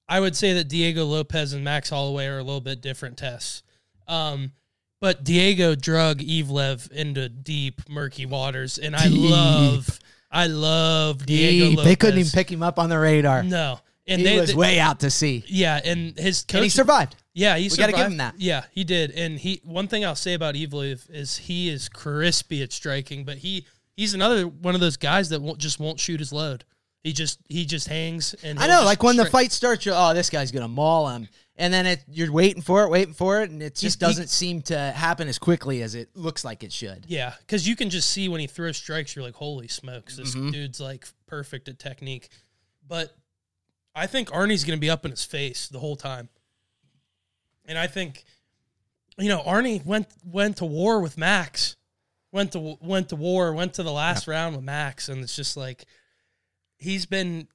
Speaker 2: I would say that Diego Lopez and Max Holloway are a little bit different tests. Um, but Diego drug Evlev into deep, murky waters, and I
Speaker 1: Deep.
Speaker 2: love, I love Diego. Lopez.
Speaker 1: They couldn't even pick him up on the radar.
Speaker 2: No, and
Speaker 1: he
Speaker 2: they,
Speaker 1: was
Speaker 2: they-
Speaker 1: way out to sea,
Speaker 2: yeah, and his coach.
Speaker 1: and he survived.
Speaker 2: Yeah, he
Speaker 1: gotta give
Speaker 2: survived.
Speaker 1: him that.
Speaker 2: Yeah, he did. And he one thing I'll say about Evlev is he is crispy at striking, but he he's another one of those guys that won't, just won't shoot his load. He just he just hangs and
Speaker 1: I
Speaker 2: he'll
Speaker 1: know,
Speaker 2: just
Speaker 1: like when the
Speaker 2: strike.
Speaker 1: fight starts, you're oh, this guy's gonna maul him, and then it, you're waiting for it, waiting for it, and it just
Speaker 2: He- he-
Speaker 1: doesn't seem to happen as quickly as it looks like it should.
Speaker 2: Yeah, because you can just see when he throws strikes, you're like, holy smokes, this
Speaker 1: Mm-hmm.
Speaker 2: dude's like perfect at technique. But I think Arnie's going to be up in his face the whole time. And I think, you know, Arnie went went to war with Max, went to went to war, went to the last round with Max, and it's just like he's been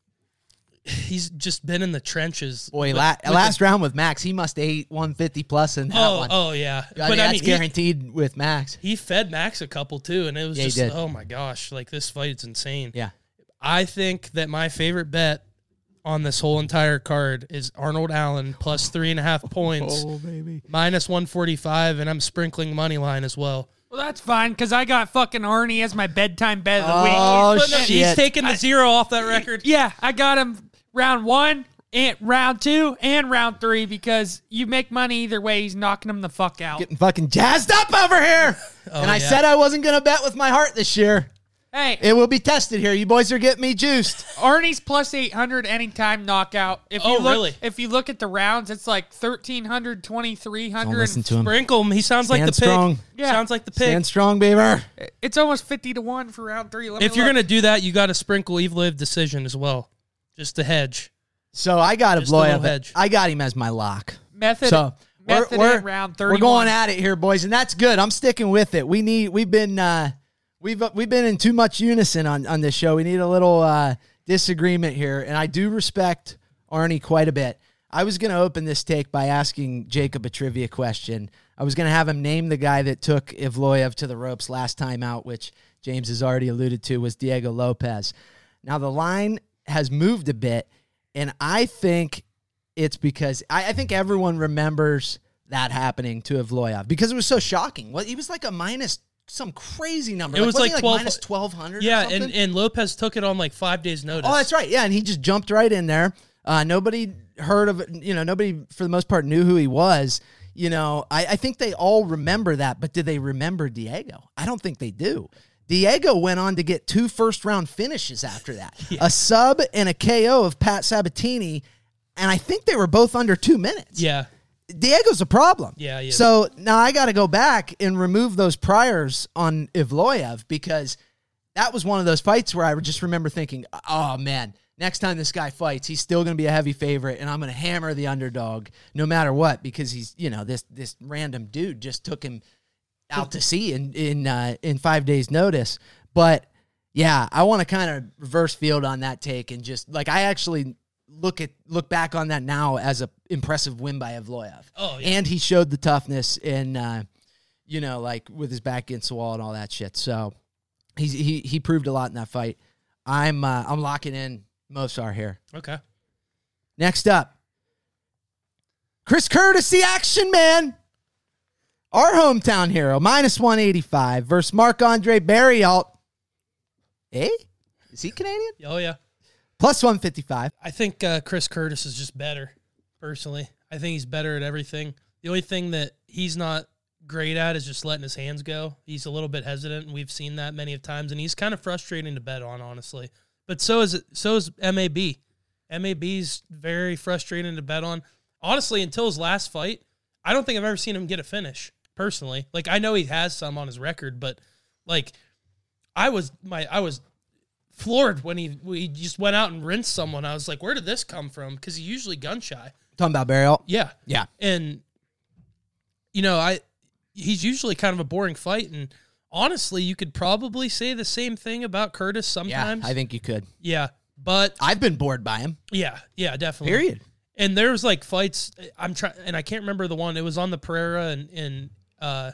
Speaker 2: he's just been in the trenches.
Speaker 1: Boy,
Speaker 2: with-
Speaker 1: la-
Speaker 2: with the-
Speaker 1: last round with Max, he must have ate 150 plus in that
Speaker 2: oh
Speaker 1: one.
Speaker 2: oh yeah,
Speaker 1: I mean, that's
Speaker 2: he-
Speaker 1: guaranteed with Max.
Speaker 2: he fed Max a couple too, and it was
Speaker 1: Yeah, he
Speaker 2: just
Speaker 1: did.
Speaker 2: oh my gosh, like this fight's insane.
Speaker 1: Yeah,
Speaker 2: I think that my favorite bet on this whole entire card is Arnold Allen plus three and a half points,
Speaker 1: Oh. baby.
Speaker 2: minus one forty five, and I'm sprinkling money line as well.
Speaker 3: Well, that's fine because I got fucking Arnie as my bedtime bet of the
Speaker 1: Oh,
Speaker 3: week.
Speaker 2: But no, he's
Speaker 1: shit.
Speaker 2: taking the zero off that record.
Speaker 3: Yeah, I got him round one and round two and round three because you make money either way. He's knocking him the fuck out.
Speaker 1: Getting fucking jazzed up over here. and I
Speaker 2: Oh, yeah.
Speaker 1: said I wasn't gonna bet with my heart this year.
Speaker 3: hey,
Speaker 1: It will be tested here. You boys are getting me juiced.
Speaker 3: Arnie's plus eight hundred anytime knockout. If
Speaker 2: Oh,
Speaker 3: you look,
Speaker 2: really?
Speaker 3: If you look at the rounds, it's like 1,300, 2,300.
Speaker 1: Don't listen to him.
Speaker 2: Sprinkle him. He sounds like
Speaker 1: Stand
Speaker 2: the pig.
Speaker 1: strong.
Speaker 3: Yeah.
Speaker 2: Sounds like the pig.
Speaker 1: Stand strong, Beaver.
Speaker 3: It's almost fifty to one for round three. Let me
Speaker 2: if you're
Speaker 3: look.
Speaker 2: gonna do that, you got to sprinkle Eve Live decision as well, just to hedge.
Speaker 1: So I got a
Speaker 2: Just a
Speaker 1: blow
Speaker 2: little
Speaker 1: up.
Speaker 2: hedge.
Speaker 1: I got him as my lock.
Speaker 3: method,
Speaker 1: So we're,
Speaker 3: method
Speaker 1: we're,
Speaker 3: at round
Speaker 1: we're
Speaker 3: thirty.
Speaker 1: going at it here, boys, and that's good. I'm sticking with it. We need we've been uh, we've we've been in too much unison on on this show. We need a little uh, disagreement here, and I do respect Arnie quite a bit. I was going to open this take by asking Jacob a trivia question. I was going to have him name the guy that took Ivloyev to the ropes last time out, which James has already alluded to was Diego Lopez. Now the line has moved a bit, and I think it's because I, I think everyone remembers that happening to Evloyev because it was so shocking. Well, he was like a minus some crazy number.
Speaker 2: It was
Speaker 1: wasn't
Speaker 2: like
Speaker 1: he
Speaker 2: 12
Speaker 1: minus twelve hundred.
Speaker 2: Yeah, and, and Lopez took it on like five days notice.
Speaker 1: oh, that's right. Yeah, and he just jumped right in there. Uh, nobody heard of you know nobody for the most part knew who he was. You know, I, I think they all remember that, but do they remember Diego? I don't think they do. Diego went on to get two first round finishes after that a sub and a KO of Pat Sabatini. And I think they were both under two minutes.
Speaker 2: yeah.
Speaker 1: Diego's a problem.
Speaker 2: Yeah, he is.
Speaker 1: So now I got to go back and remove those priors on Ivloyev because that was one of those fights where I just remember thinking, oh man, next time this guy fights, he's still going to be a heavy favorite, and I'm going to hammer the underdog no matter what because he's you know this this random dude just took him out to sea in in uh, in five days notice, but. Yeah, I want to kind of reverse field on that take and just like I actually look at look back on that now as a impressive win by Evloyev.
Speaker 2: Oh, yeah.
Speaker 1: and he showed the toughness and uh, you know like with his back against the wall and all that shit. So he's, he he proved a lot in that fight. I'm uh, I'm locking in Mosar here.
Speaker 2: Okay.
Speaker 1: Next up, Chris Curtis, the action man. Our hometown hero, minus 185 versus Marc Andre Barrialt. Eh? Is he Canadian?
Speaker 2: Oh yeah.
Speaker 1: Plus 155.
Speaker 2: I think uh, Chris Curtis is just better, personally. I think he's better at everything. The only thing that he's not great at is just letting his hands go. He's a little bit hesitant, and we've seen that many of times, and he's kind of frustrating to bet on, honestly. But so is it, so is MAB. MAB's very frustrating to bet on. Honestly, until his last fight, I don't think I've ever seen him get a finish personally. Like I know he has some on his record, but like I was my I was floored when he we just went out and rinsed someone. I was like, where did this come from? Because he's usually gun shy.
Speaker 1: Talking about Barrialt.
Speaker 2: Yeah,
Speaker 1: Yeah.
Speaker 2: and you know I he's usually kind of a boring fight, and honestly, you could probably say the same thing about Curtis
Speaker 1: Yeah,
Speaker 2: sometimes.
Speaker 1: I think you could.
Speaker 2: yeah, but
Speaker 1: I've been bored by him.
Speaker 2: yeah, yeah, definitely.
Speaker 1: Period.
Speaker 2: and there was like fights. I'm trying, and I can't remember the one. It was on the Pereira and and uh,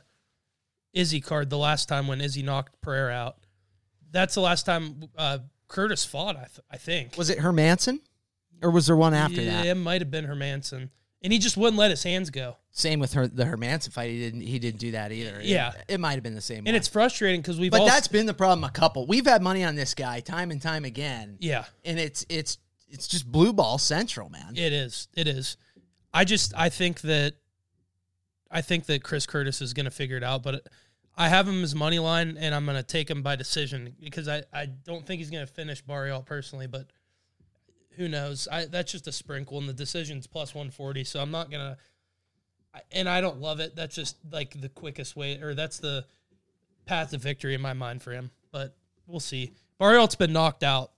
Speaker 2: Izzy card the last time when Izzy knocked Pereira out. That's the last time uh, Curtis fought. I th- I think
Speaker 1: Was it Hermanson? Or was there one after
Speaker 2: yeah,
Speaker 1: that?
Speaker 2: it might have been Hermanson, and he just wouldn't let his hands go.
Speaker 1: Same with her the Hermanson fight. He didn't he didn't do that either.
Speaker 2: Yeah.
Speaker 1: It, might have been the same
Speaker 2: And
Speaker 1: one.
Speaker 2: it's frustrating because we've
Speaker 1: but
Speaker 2: all
Speaker 1: that's been the problem a couple. We've had money on this guy time and time again.
Speaker 2: yeah,
Speaker 1: And it's it's it's just blue ball central, man.
Speaker 2: it is, it is. I just I think that I think that Chris Curtis is going to figure it out, but I have him as money line, and I'm going to take him by decision because I I don't think he's going to finish Barrial personally, but who knows? I that's just a sprinkle, and the decision's plus 140, so I'm not gonna. I- And I don't love it. That's just like the quickest way, or that's the path to victory in my mind for him. But we'll see. Barrialt's been knocked out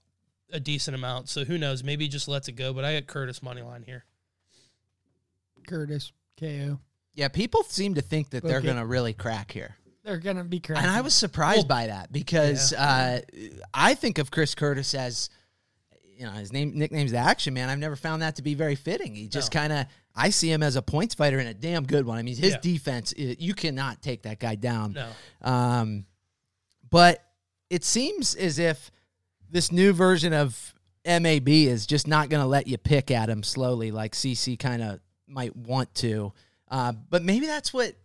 Speaker 2: a decent amount, so who knows? Maybe he just lets it go. But I got Curtis money line here.
Speaker 3: Curtis KO.
Speaker 1: Yeah, people seem to think that they're
Speaker 3: Okay.
Speaker 1: gonna really crack here.
Speaker 3: They're gonna be crazy.
Speaker 1: And I was surprised by that because uh, I think of Chris Curtis as you know his name nickname's the Action Man. I've never found that to be very fitting. He just kind of I see him as a points fighter and a damn good one. I mean his
Speaker 2: Yeah.
Speaker 1: defense i- you cannot take that guy down.
Speaker 2: No,
Speaker 1: Um, but it seems as if this new version of MAB is just not going to let you pick at him slowly, like CC kind of might want to. Uh, but maybe that's what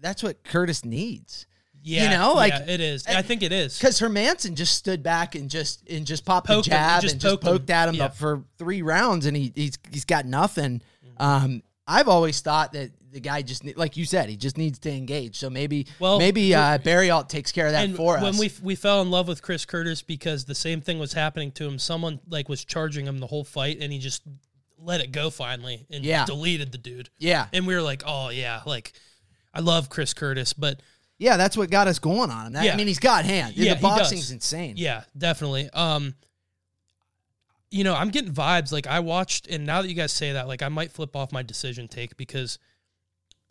Speaker 1: that's what Curtis needs
Speaker 2: yeah,
Speaker 1: know, like-
Speaker 2: yeah, it is. I think it is.
Speaker 1: because Hermanson just stood back and just and just popped
Speaker 2: Poked
Speaker 1: the
Speaker 2: him,
Speaker 1: jab
Speaker 2: just
Speaker 1: and just
Speaker 2: poked him.
Speaker 1: poked at him
Speaker 2: Yeah.
Speaker 1: for three rounds, and he he's he's got nothing. Um, I've always thought that the guy just ne- like you said, he just needs to engage. So maybe
Speaker 2: Well,
Speaker 1: maybe uh, Barry Alt takes care of that
Speaker 2: and
Speaker 1: for
Speaker 2: when
Speaker 1: us.
Speaker 2: we we fell in love with Chris Curtis because the same thing was happening to him. Someone like was charging him the whole fight, and he just let it go finally and
Speaker 1: Yeah.
Speaker 2: deleted the dude.
Speaker 1: yeah,
Speaker 2: And we were like, oh yeah, like I love Chris Curtis, but
Speaker 1: yeah, that's what got us going on him. That- I
Speaker 2: Yeah.
Speaker 1: mean, he's got hand.
Speaker 2: Yeah,
Speaker 1: the
Speaker 2: he
Speaker 1: boxing's
Speaker 2: does.
Speaker 1: insane.
Speaker 2: yeah, definitely. Um, you know, I'm getting vibes. Like I watched, and now that you guys say that, like I might flip off my decision take because,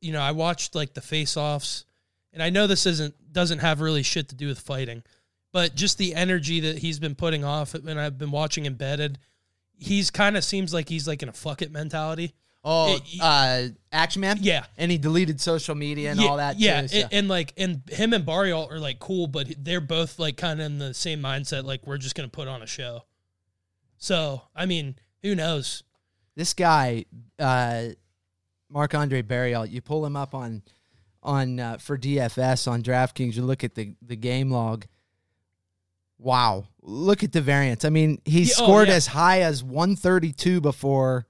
Speaker 2: you know, I watched like the face offs, and I know this isn't doesn't have really shit to do with fighting, but just the energy that he's been putting off, and I've been watching embedded. He's kind of seems like he's like in a fuck it mentality.
Speaker 1: Oh,
Speaker 2: It-
Speaker 1: uh, Action Man.
Speaker 2: Yeah.
Speaker 1: and he deleted social media and all that.
Speaker 2: Yeah,
Speaker 1: too, so-
Speaker 2: and, and like, and him and Barrial are like cool, but they're both like kind of in the same mindset. Like, we're just gonna put on a show. So, I mean, who knows?
Speaker 1: this guy, uh, Mark Andre Barrial, you pull him up on on uh, for DFS on DraftKings. You look at the the game log. Wow, look at the variance. I mean, he
Speaker 2: Yeah, oh,
Speaker 1: scored
Speaker 2: yeah.
Speaker 1: as high as 132 before.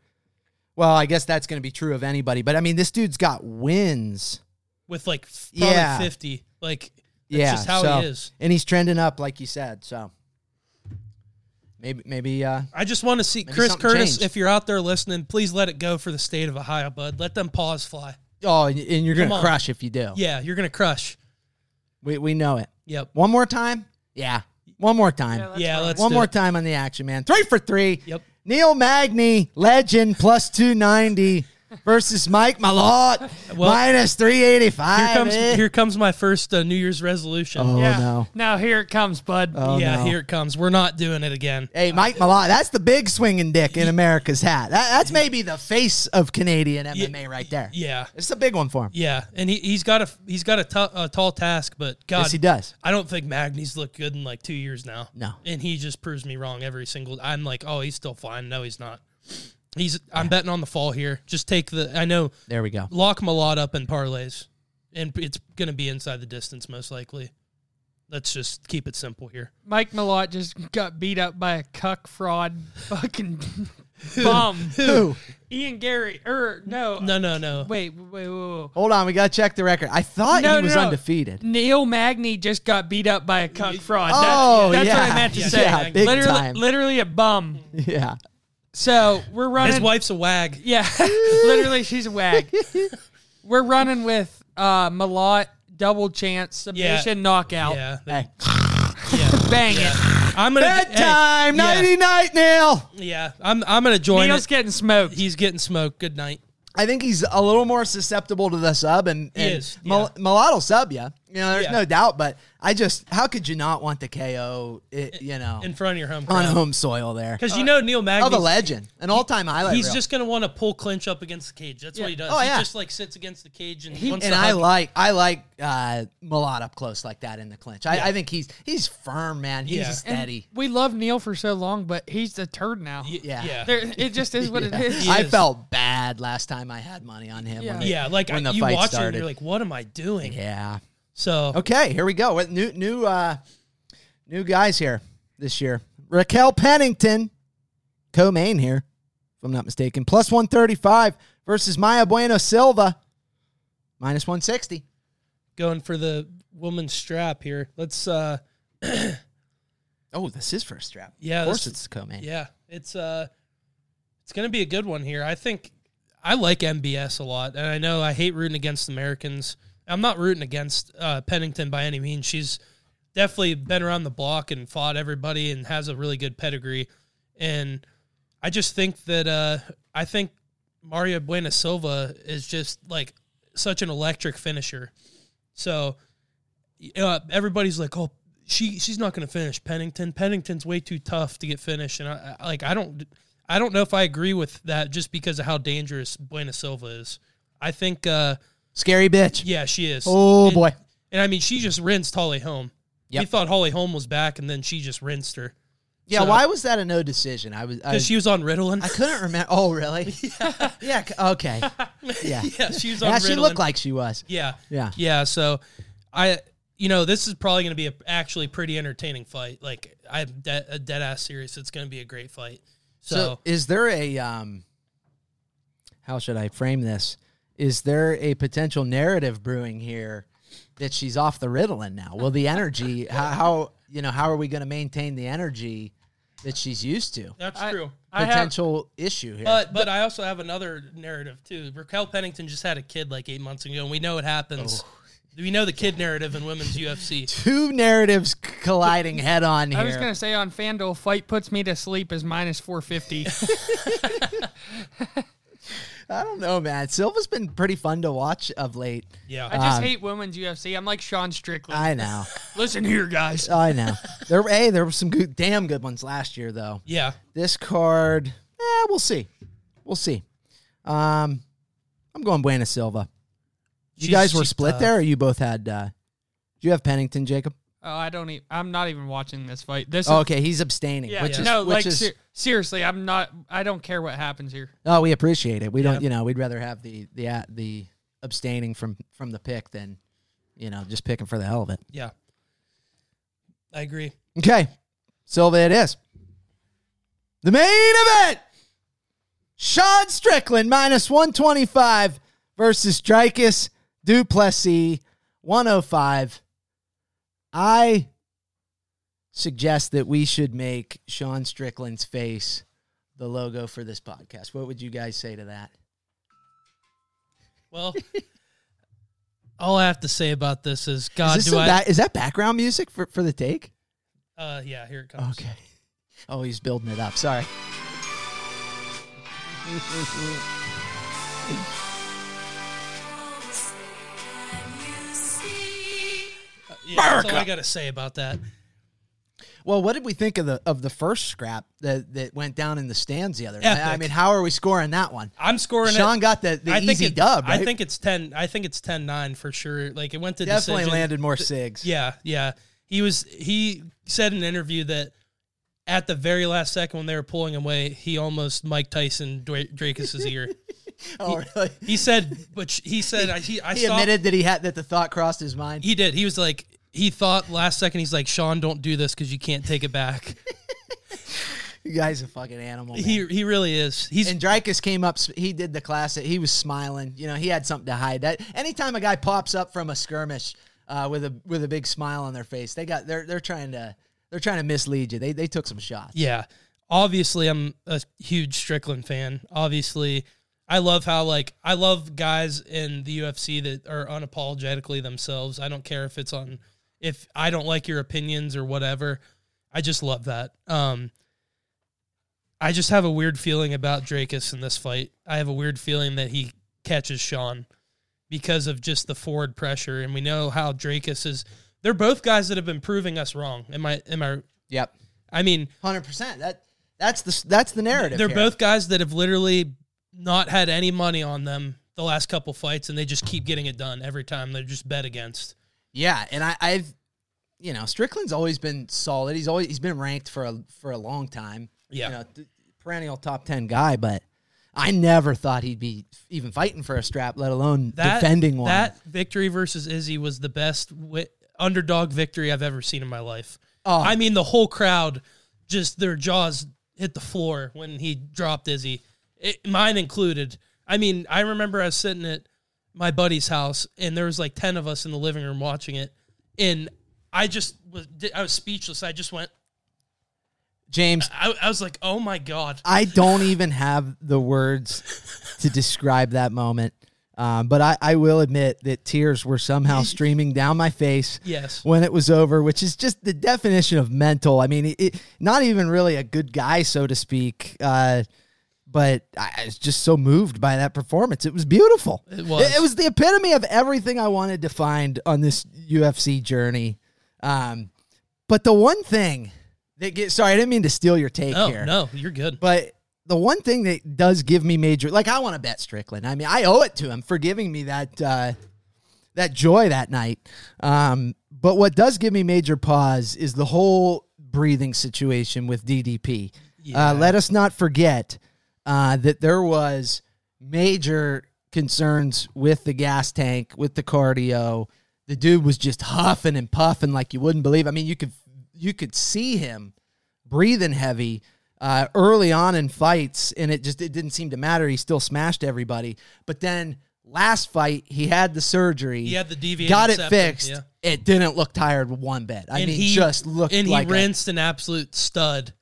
Speaker 1: Well, I guess that's going to be true of anybody, but I mean, this dude's got wins.
Speaker 2: With like f- probably
Speaker 1: Yeah.
Speaker 2: fifty, like that's
Speaker 1: yeah,
Speaker 2: just how
Speaker 1: so-
Speaker 2: he is.
Speaker 1: and he's trending up, like you said. So maybe, maybe, uh,
Speaker 2: I just want to see Chris
Speaker 1: something
Speaker 2: Curtis.
Speaker 1: changed.
Speaker 2: If you're out there listening, please let it go for the state of Ohio, bud. Let them paws fly.
Speaker 1: oh, and and you're going
Speaker 2: Come
Speaker 1: to
Speaker 2: on.
Speaker 1: crush if you do.
Speaker 2: Yeah, you're gonna crush.
Speaker 1: We we know it.
Speaker 2: Yep.
Speaker 1: One more time? Yeah. One more time.
Speaker 2: yeah, let's
Speaker 1: One
Speaker 2: do
Speaker 1: more
Speaker 2: it.
Speaker 1: time on the action, man. Three for three.
Speaker 2: Yep.
Speaker 1: Neil Magny, legend, plus 290 versus Mike Malott,
Speaker 2: Well,
Speaker 1: minus 385.
Speaker 2: Here comes
Speaker 1: eh?
Speaker 2: here comes my first uh, New Year's resolution.
Speaker 1: Oh,
Speaker 3: yeah.
Speaker 1: no. Oh,
Speaker 3: Now here it comes, bud.
Speaker 2: yeah,
Speaker 1: no.
Speaker 2: here it comes. We're not doing it again.
Speaker 1: Hey, Mike Malott, that's the big swinging dick in America's hat. That, that's maybe the face of Canadian MMA right there.
Speaker 2: Yeah.
Speaker 1: It's a big one for him.
Speaker 2: Yeah, and he he's got a he's got a tou- a tall task, but God,
Speaker 1: Yes, he does.
Speaker 2: I don't think Magny's looked good in like two years now.
Speaker 1: No.
Speaker 2: and he just proves me wrong every single. I'm like, oh, he's still fine. No, he's not. He's. I'm betting on the fall here. Just take the. I know
Speaker 1: There we go.
Speaker 2: lock Malott up in parlays, and it's gonna be inside the distance most likely. Let's just keep it simple here.
Speaker 3: Mike Malott just got beat up by a cuck fraud fucking bum.
Speaker 1: Who?
Speaker 3: Ian Gary or no.
Speaker 2: No, no, no.
Speaker 3: Wait, wait, wait, wait.
Speaker 1: Hold on, we got to check the record. I thought
Speaker 3: No,
Speaker 1: he was
Speaker 3: no, no.
Speaker 1: undefeated.
Speaker 3: Neil Magny just got beat up by a cuck fraud. That's-
Speaker 1: Oh,
Speaker 3: that's,
Speaker 1: yeah.
Speaker 3: what I meant to
Speaker 2: Yeah,
Speaker 3: say.
Speaker 2: yeah,
Speaker 1: big
Speaker 3: literally,
Speaker 1: time.
Speaker 3: literally a bum.
Speaker 1: Yeah.
Speaker 3: So we're running.
Speaker 2: His wife's a wag.
Speaker 3: Yeah, literally, she's a wag. we're running with uh, Malott double chance submission knockout.
Speaker 2: Yeah,
Speaker 1: Hey.
Speaker 2: yeah.
Speaker 3: Bang it.
Speaker 2: I'm gonna hey,
Speaker 1: Bedtime,
Speaker 2: yeah.
Speaker 1: nighty night, Neil.
Speaker 2: Yeah, I'm I'm gonna join.
Speaker 3: Neil's
Speaker 2: it.
Speaker 3: getting smoked.
Speaker 2: He's getting smoked. Good night.
Speaker 1: I think he's a little more susceptible to the sub, and, and
Speaker 2: is,
Speaker 1: Mal- Mulatto sub you. You know, there's
Speaker 2: Yeah.
Speaker 1: no doubt, but I just how could you not want the KO? It, you know,
Speaker 2: in front of your home
Speaker 1: on
Speaker 2: crowd.
Speaker 1: home soil there
Speaker 2: Because you know Neil
Speaker 1: of a
Speaker 2: Magny,
Speaker 1: legend, an all-time highlight.
Speaker 2: he's
Speaker 1: reel.
Speaker 2: just going to want to pull clinch up against the cage. That's what he does.
Speaker 1: Oh,
Speaker 2: he
Speaker 1: yeah.
Speaker 2: just like sits against the cage and
Speaker 1: He-
Speaker 2: wants
Speaker 1: and
Speaker 2: to
Speaker 1: I
Speaker 2: hug-
Speaker 1: like I like uh, Malat up close like that in the clinch. I, I think he's he's firm, man. He's
Speaker 2: Yeah.
Speaker 3: And
Speaker 1: steady.
Speaker 3: we love Neil for so long, but he's the turd now.
Speaker 2: Y-
Speaker 1: Yeah.
Speaker 2: yeah.
Speaker 3: There, it just is what it is.
Speaker 2: Yeah.
Speaker 1: I
Speaker 2: is.
Speaker 1: felt bad last time I had money on him. When
Speaker 3: Yeah.
Speaker 1: the-
Speaker 2: Yeah, like
Speaker 1: when
Speaker 2: I,
Speaker 1: the
Speaker 2: you
Speaker 1: fight
Speaker 2: watch it, and
Speaker 1: started.
Speaker 2: you're like, "What am I doing?"
Speaker 1: yeah.
Speaker 2: So
Speaker 1: Okay, here we go. With new new uh, new guys here this year. Raquel Pennington, co-main here, if I'm not mistaken, plus one thirty five versus Maya Bueno Silva, minus one sixty.
Speaker 2: going for the woman's strap here. Let's, uh
Speaker 1: Oh, this is for a strap.
Speaker 2: Yeah,
Speaker 1: of course
Speaker 2: this-
Speaker 1: it's co-main.
Speaker 2: yeah, it's uh it's gonna be a good one here. I think I like MBS a lot, and I know I hate rooting against Americans. I'm not rooting against uh, Pennington by any means. She's definitely been around the block and fought everybody, and has a really good pedigree. And I just think that uh, I think Mario Buena Silva is just like such an electric finisher. So you know, uh, everybody's like, "Oh, she she's not going to finish Pennington. Pennington's way too tough to get finished." And I, I like I don't I don't know if I agree with that just because of how dangerous Buena Silva is. I think uh
Speaker 1: Scary bitch.
Speaker 2: yeah, she is.
Speaker 1: Oh,
Speaker 2: And-
Speaker 1: boy.
Speaker 2: And I mean, she just rinsed Holly Holm.
Speaker 1: Yep.
Speaker 2: We thought Holly Holm was back, and then she just rinsed her
Speaker 1: Yeah,
Speaker 2: So-
Speaker 1: why was that a no decision? I was I,
Speaker 2: because she was on Ritalin.
Speaker 1: I couldn't remember. Oh, really? Yeah. c- Okay. Yeah.
Speaker 2: yeah, she was on.
Speaker 1: yeah,
Speaker 2: Ritalin.
Speaker 1: she looked like she was.
Speaker 2: Yeah.
Speaker 1: Yeah.
Speaker 2: Yeah. So I, you know, this is probably going to be a actually pretty entertaining fight. Like I'm de- a dead ass serious. It's going to be a great fight.
Speaker 1: So,
Speaker 2: So,
Speaker 1: is there a um how should I frame this? Is there a potential narrative brewing here that she's off the Ritalin now? Will the energy how, how you know, how are we going to maintain the energy that she's used to?
Speaker 2: that's
Speaker 3: I-
Speaker 2: true.
Speaker 3: I have,
Speaker 1: Potential issue here.
Speaker 2: But, but I also have another narrative too. Raquel Pennington just had a kid like eight months ago, and we know it happens.
Speaker 1: Oh.
Speaker 2: We know the kid narrative in women's UFC.
Speaker 1: Two narratives colliding head on here.
Speaker 3: I was gonna say on Fanduel, fight puts me to sleep is minus four fifty.
Speaker 1: I don't know, man. Silva's been pretty fun to watch of late.
Speaker 2: Yeah. Uh,
Speaker 3: I just hate women's UFC. I'm like Sean Strickland.
Speaker 1: Um, I Uh, know.
Speaker 3: Listen here, guys.
Speaker 1: I know. There, hey, there were some good, damn good ones last year, though.
Speaker 2: yeah.
Speaker 1: This card, eh, we'll see. We'll see. Um, I'm going Buena Silva. You
Speaker 2: She's-
Speaker 1: guys were
Speaker 2: she's
Speaker 1: split
Speaker 2: tough.
Speaker 1: there, or you both had? Uh, did you have Pennington, Jacob?
Speaker 3: Oh, I don't. Even, I'm not even watching this fight. This.
Speaker 1: Oh,
Speaker 3: is,
Speaker 1: okay, he's abstaining,
Speaker 3: yeah.
Speaker 1: which is
Speaker 3: no,
Speaker 1: which
Speaker 3: like
Speaker 1: is.
Speaker 3: ser- seriously, I'm not. I don't care what happens here.
Speaker 1: oh, we appreciate it. We don't, you know, we'd rather have the the uh, the abstaining from from the pick than, you know, just picking for the hell of it.
Speaker 2: Yeah. I agree.
Speaker 1: Okay. Silva it is. The main event. Sean Strickland minus 125 versus Dreykus Duplessis 105. I suggest that we should make Sean Strickland's face the logo for this podcast. What would you guys say to that?
Speaker 2: Well, all I have to say about this is
Speaker 1: Is,
Speaker 2: God,
Speaker 1: this
Speaker 2: Uh, do
Speaker 1: some
Speaker 2: I?
Speaker 1: ba- is that background music for, for the take?
Speaker 2: uh, yeah, here it comes.
Speaker 1: Okay. Oh, he's building it up. Sorry.
Speaker 2: Yeah, that's all I got to say about that.
Speaker 1: Well, what did we think of the of the first scrap that, that went down in the stands the other night?
Speaker 2: Epic.
Speaker 1: I mean, how are we scoring that one?
Speaker 2: I'm scoring
Speaker 1: Sean
Speaker 2: it.
Speaker 1: got the, the
Speaker 2: I
Speaker 1: easy
Speaker 2: think it-
Speaker 1: dub, right?
Speaker 2: I think it's ten. I think it's 10-9 for sure. Like it went to
Speaker 1: definitely
Speaker 2: decision.
Speaker 1: landed more sigs.
Speaker 2: Yeah, yeah. He was. He said in an interview that at the very last second when they were pulling away, he almost Mike Tyson Dra- Drakus' ear.
Speaker 1: Oh, really?
Speaker 2: He said, but sh- he said I, he I
Speaker 1: He
Speaker 2: saw-
Speaker 1: admitted that he had that the thought crossed his mind.
Speaker 2: he did. He was like he thought last second. He's like Sean, don't do this because you can't take it back.
Speaker 1: You guys a fucking animal. man.
Speaker 2: he he really is. He's
Speaker 1: and Dreykus came up. s- He did the classic. He was smiling. You know, he had something to hide. That anytime a guy pops up from a skirmish uh, with a with a big smile on their face, they got they're they're trying to they're trying to mislead you. They they took some shots.
Speaker 2: Yeah. Obviously, I'm a huge Strickland fan. Obviously, I love how, like, I love guys in the UFC that are unapologetically themselves. I don't care if it's on, if I don't like your opinions or whatever. I just love that. Um, I just have a weird feeling about Drakus in this fight. I have a weird feeling that he catches Sean. because of just the forward pressure. And we know how Drakus is. They're both guys that have been proving us wrong. Am I? Am I?
Speaker 1: Yep.
Speaker 2: I mean,
Speaker 1: Hundred percent. That that's the that's the narrative.
Speaker 2: they're
Speaker 1: here.
Speaker 2: both guys that have literally not had any money on them the last couple fights, and they just keep getting it done every time. They're just bet against.
Speaker 1: Yeah, and I, I've, you know, Strickland's always been solid. He's always he's been ranked for a for a long time.
Speaker 2: Yeah.
Speaker 1: you know, th- perennial top ten guy. But I never thought he'd be even fighting for a strap, let alone
Speaker 2: That,
Speaker 1: defending one.
Speaker 2: That victory versus Izzy was the best wi- underdog victory I've ever seen in my life.
Speaker 1: Oh.
Speaker 2: I mean, the whole crowd just their jaws hit the floor when he dropped Izzy, it, mine included. I mean, I remember I was sitting at my buddy's house and there was like 10 of us in the living room watching it. And I just was, I was speechless. I just went,
Speaker 1: James,
Speaker 2: I, I was like, oh my God.
Speaker 1: I don't even have the words to describe that moment. Um, but I, I will admit that tears were somehow streaming down my face.
Speaker 2: Yes.
Speaker 1: when it was over, which is just the definition of mental. I mean, it, it- not even really a good guy, so to speak. Uh, but I I was just so moved by that performance. It was beautiful.
Speaker 2: It was.
Speaker 1: It, was the epitome of everything I wanted to find on this UFC journey. Um, but the one thing that gets sorry, I didn't mean to steal your take
Speaker 2: Oh,
Speaker 1: here.
Speaker 2: no, you're good.
Speaker 1: But the one thing that does give me major, like I want to bet Strickland. I mean, I owe it to him for giving me that uh, that joy that night. Um, but what does give me major pause is the whole breathing situation with DDP. Uh, let us not forget uh, that there was major concerns with the gas tank, with the cardio. The dude was just huffing and puffing like you wouldn't believe. I mean, you could you could see him breathing heavy uh, early on in fights, and it just it didn't seem to matter. He still smashed everybody, but then last fight he had the surgery.
Speaker 2: He had the deviated
Speaker 1: got it
Speaker 2: septum,
Speaker 1: fixed.
Speaker 2: yeah.
Speaker 1: It didn't look tired one bit. I mean, just looked
Speaker 2: and
Speaker 1: like a-
Speaker 2: he rinsed an absolute stud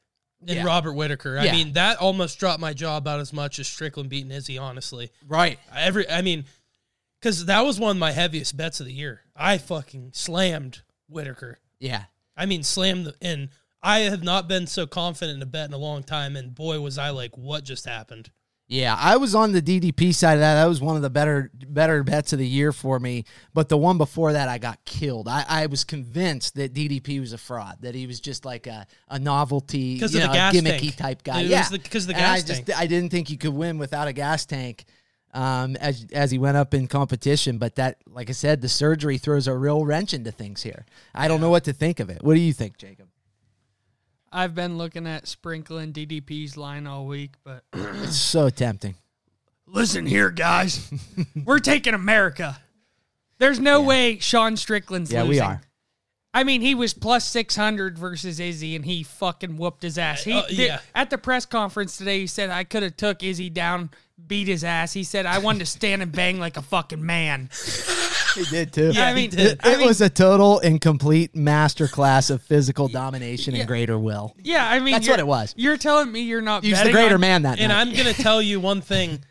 Speaker 2: in
Speaker 1: Yeah.
Speaker 2: Robert Whitaker. I
Speaker 1: Yeah.
Speaker 2: mean, that almost dropped my jaw about as much as Strickland beating Izzy. Honestly,
Speaker 1: right.
Speaker 2: every I mean, because that was one of my heaviest bets of the year. I fucking slammed Whitaker.
Speaker 1: Yeah,
Speaker 2: I mean, slammed the, and I have not been so confident in a bet in a long time. And boy, was I like, what just happened?
Speaker 1: Yeah, I was on the DDP side of that. That was one of the better better bets of the year for me. But the one before that, I got killed. I, I was convinced that DDP was a fraud, that he was just like a, a novelty,
Speaker 2: Because
Speaker 1: you
Speaker 2: of the
Speaker 1: know,
Speaker 2: gas
Speaker 1: gimmicky
Speaker 2: tank.
Speaker 1: type guy.
Speaker 2: It was
Speaker 1: yeah,
Speaker 2: the- 'cause of the
Speaker 1: And
Speaker 2: gas
Speaker 1: I just
Speaker 2: tank.
Speaker 1: I didn't think you could win without a gas tank. Um, as as he went up in competition, but that, like I said, the surgery throws a real wrench into things here. I don't know what to think of it. What do you think, Jacob?
Speaker 3: I've been looking at sprinkling DDP's line all week, but
Speaker 1: It's so tempting.
Speaker 3: listen here, guys, we're taking America. There's no way Sean Strickland's
Speaker 1: Yeah,
Speaker 3: losing.
Speaker 1: we are.
Speaker 3: I mean, he was plus 600 versus Izzy, and he fucking whooped his ass. He
Speaker 2: Uh, oh, yeah.
Speaker 3: th- at the press conference today, he said I could have took Izzy down, beat his ass. He said I wanted to stand and bang like a fucking man.
Speaker 1: He did too.
Speaker 3: I
Speaker 2: he
Speaker 3: mean,
Speaker 2: did.
Speaker 3: I
Speaker 1: it
Speaker 3: mean,
Speaker 1: was a total and complete masterclass of physical domination
Speaker 3: Yeah.
Speaker 1: and greater will.
Speaker 3: yeah. I mean,
Speaker 1: That's what
Speaker 3: you're-
Speaker 1: it was.
Speaker 3: You're telling me you're not
Speaker 1: He was the
Speaker 3: betting
Speaker 1: greater
Speaker 3: on-
Speaker 1: man that
Speaker 2: And
Speaker 1: night.
Speaker 2: I'm gonna tell you one thing.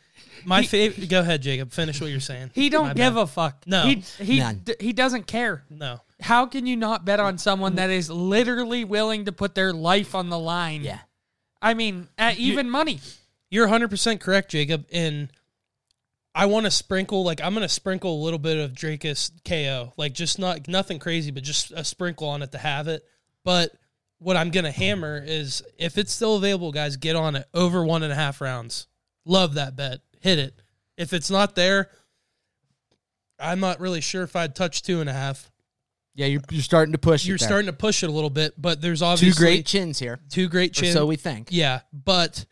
Speaker 2: My favorite. Go ahead, Jacob. Finish what you're saying.
Speaker 3: He
Speaker 2: My
Speaker 3: don't
Speaker 2: bad.
Speaker 3: give a fuck.
Speaker 2: No.
Speaker 3: he he
Speaker 1: None.
Speaker 3: d- he doesn't care.
Speaker 2: no.
Speaker 3: How can you not bet on someone that is literally willing to put their life on the line?
Speaker 1: yeah.
Speaker 3: I mean, at even money.
Speaker 2: You're 100% correct, Jacob. And I want to sprinkle, like, I'm going to sprinkle a little bit of Drakus KO. Like, just not, nothing crazy, but just a sprinkle on it to have it. But what I'm going to hammer is if it's still available, guys, get on it over one and a half rounds. Love that bet. Hit it. If it's not there, I'm not really sure if I'd touch two and a half.
Speaker 1: Yeah, you're, you're starting to push. it
Speaker 2: You're
Speaker 1: there.
Speaker 2: starting to push it a little bit, but there's
Speaker 1: two
Speaker 2: obviously
Speaker 1: great chins here.
Speaker 2: two great
Speaker 1: Or
Speaker 2: chin.
Speaker 1: so we think.
Speaker 2: Yeah, but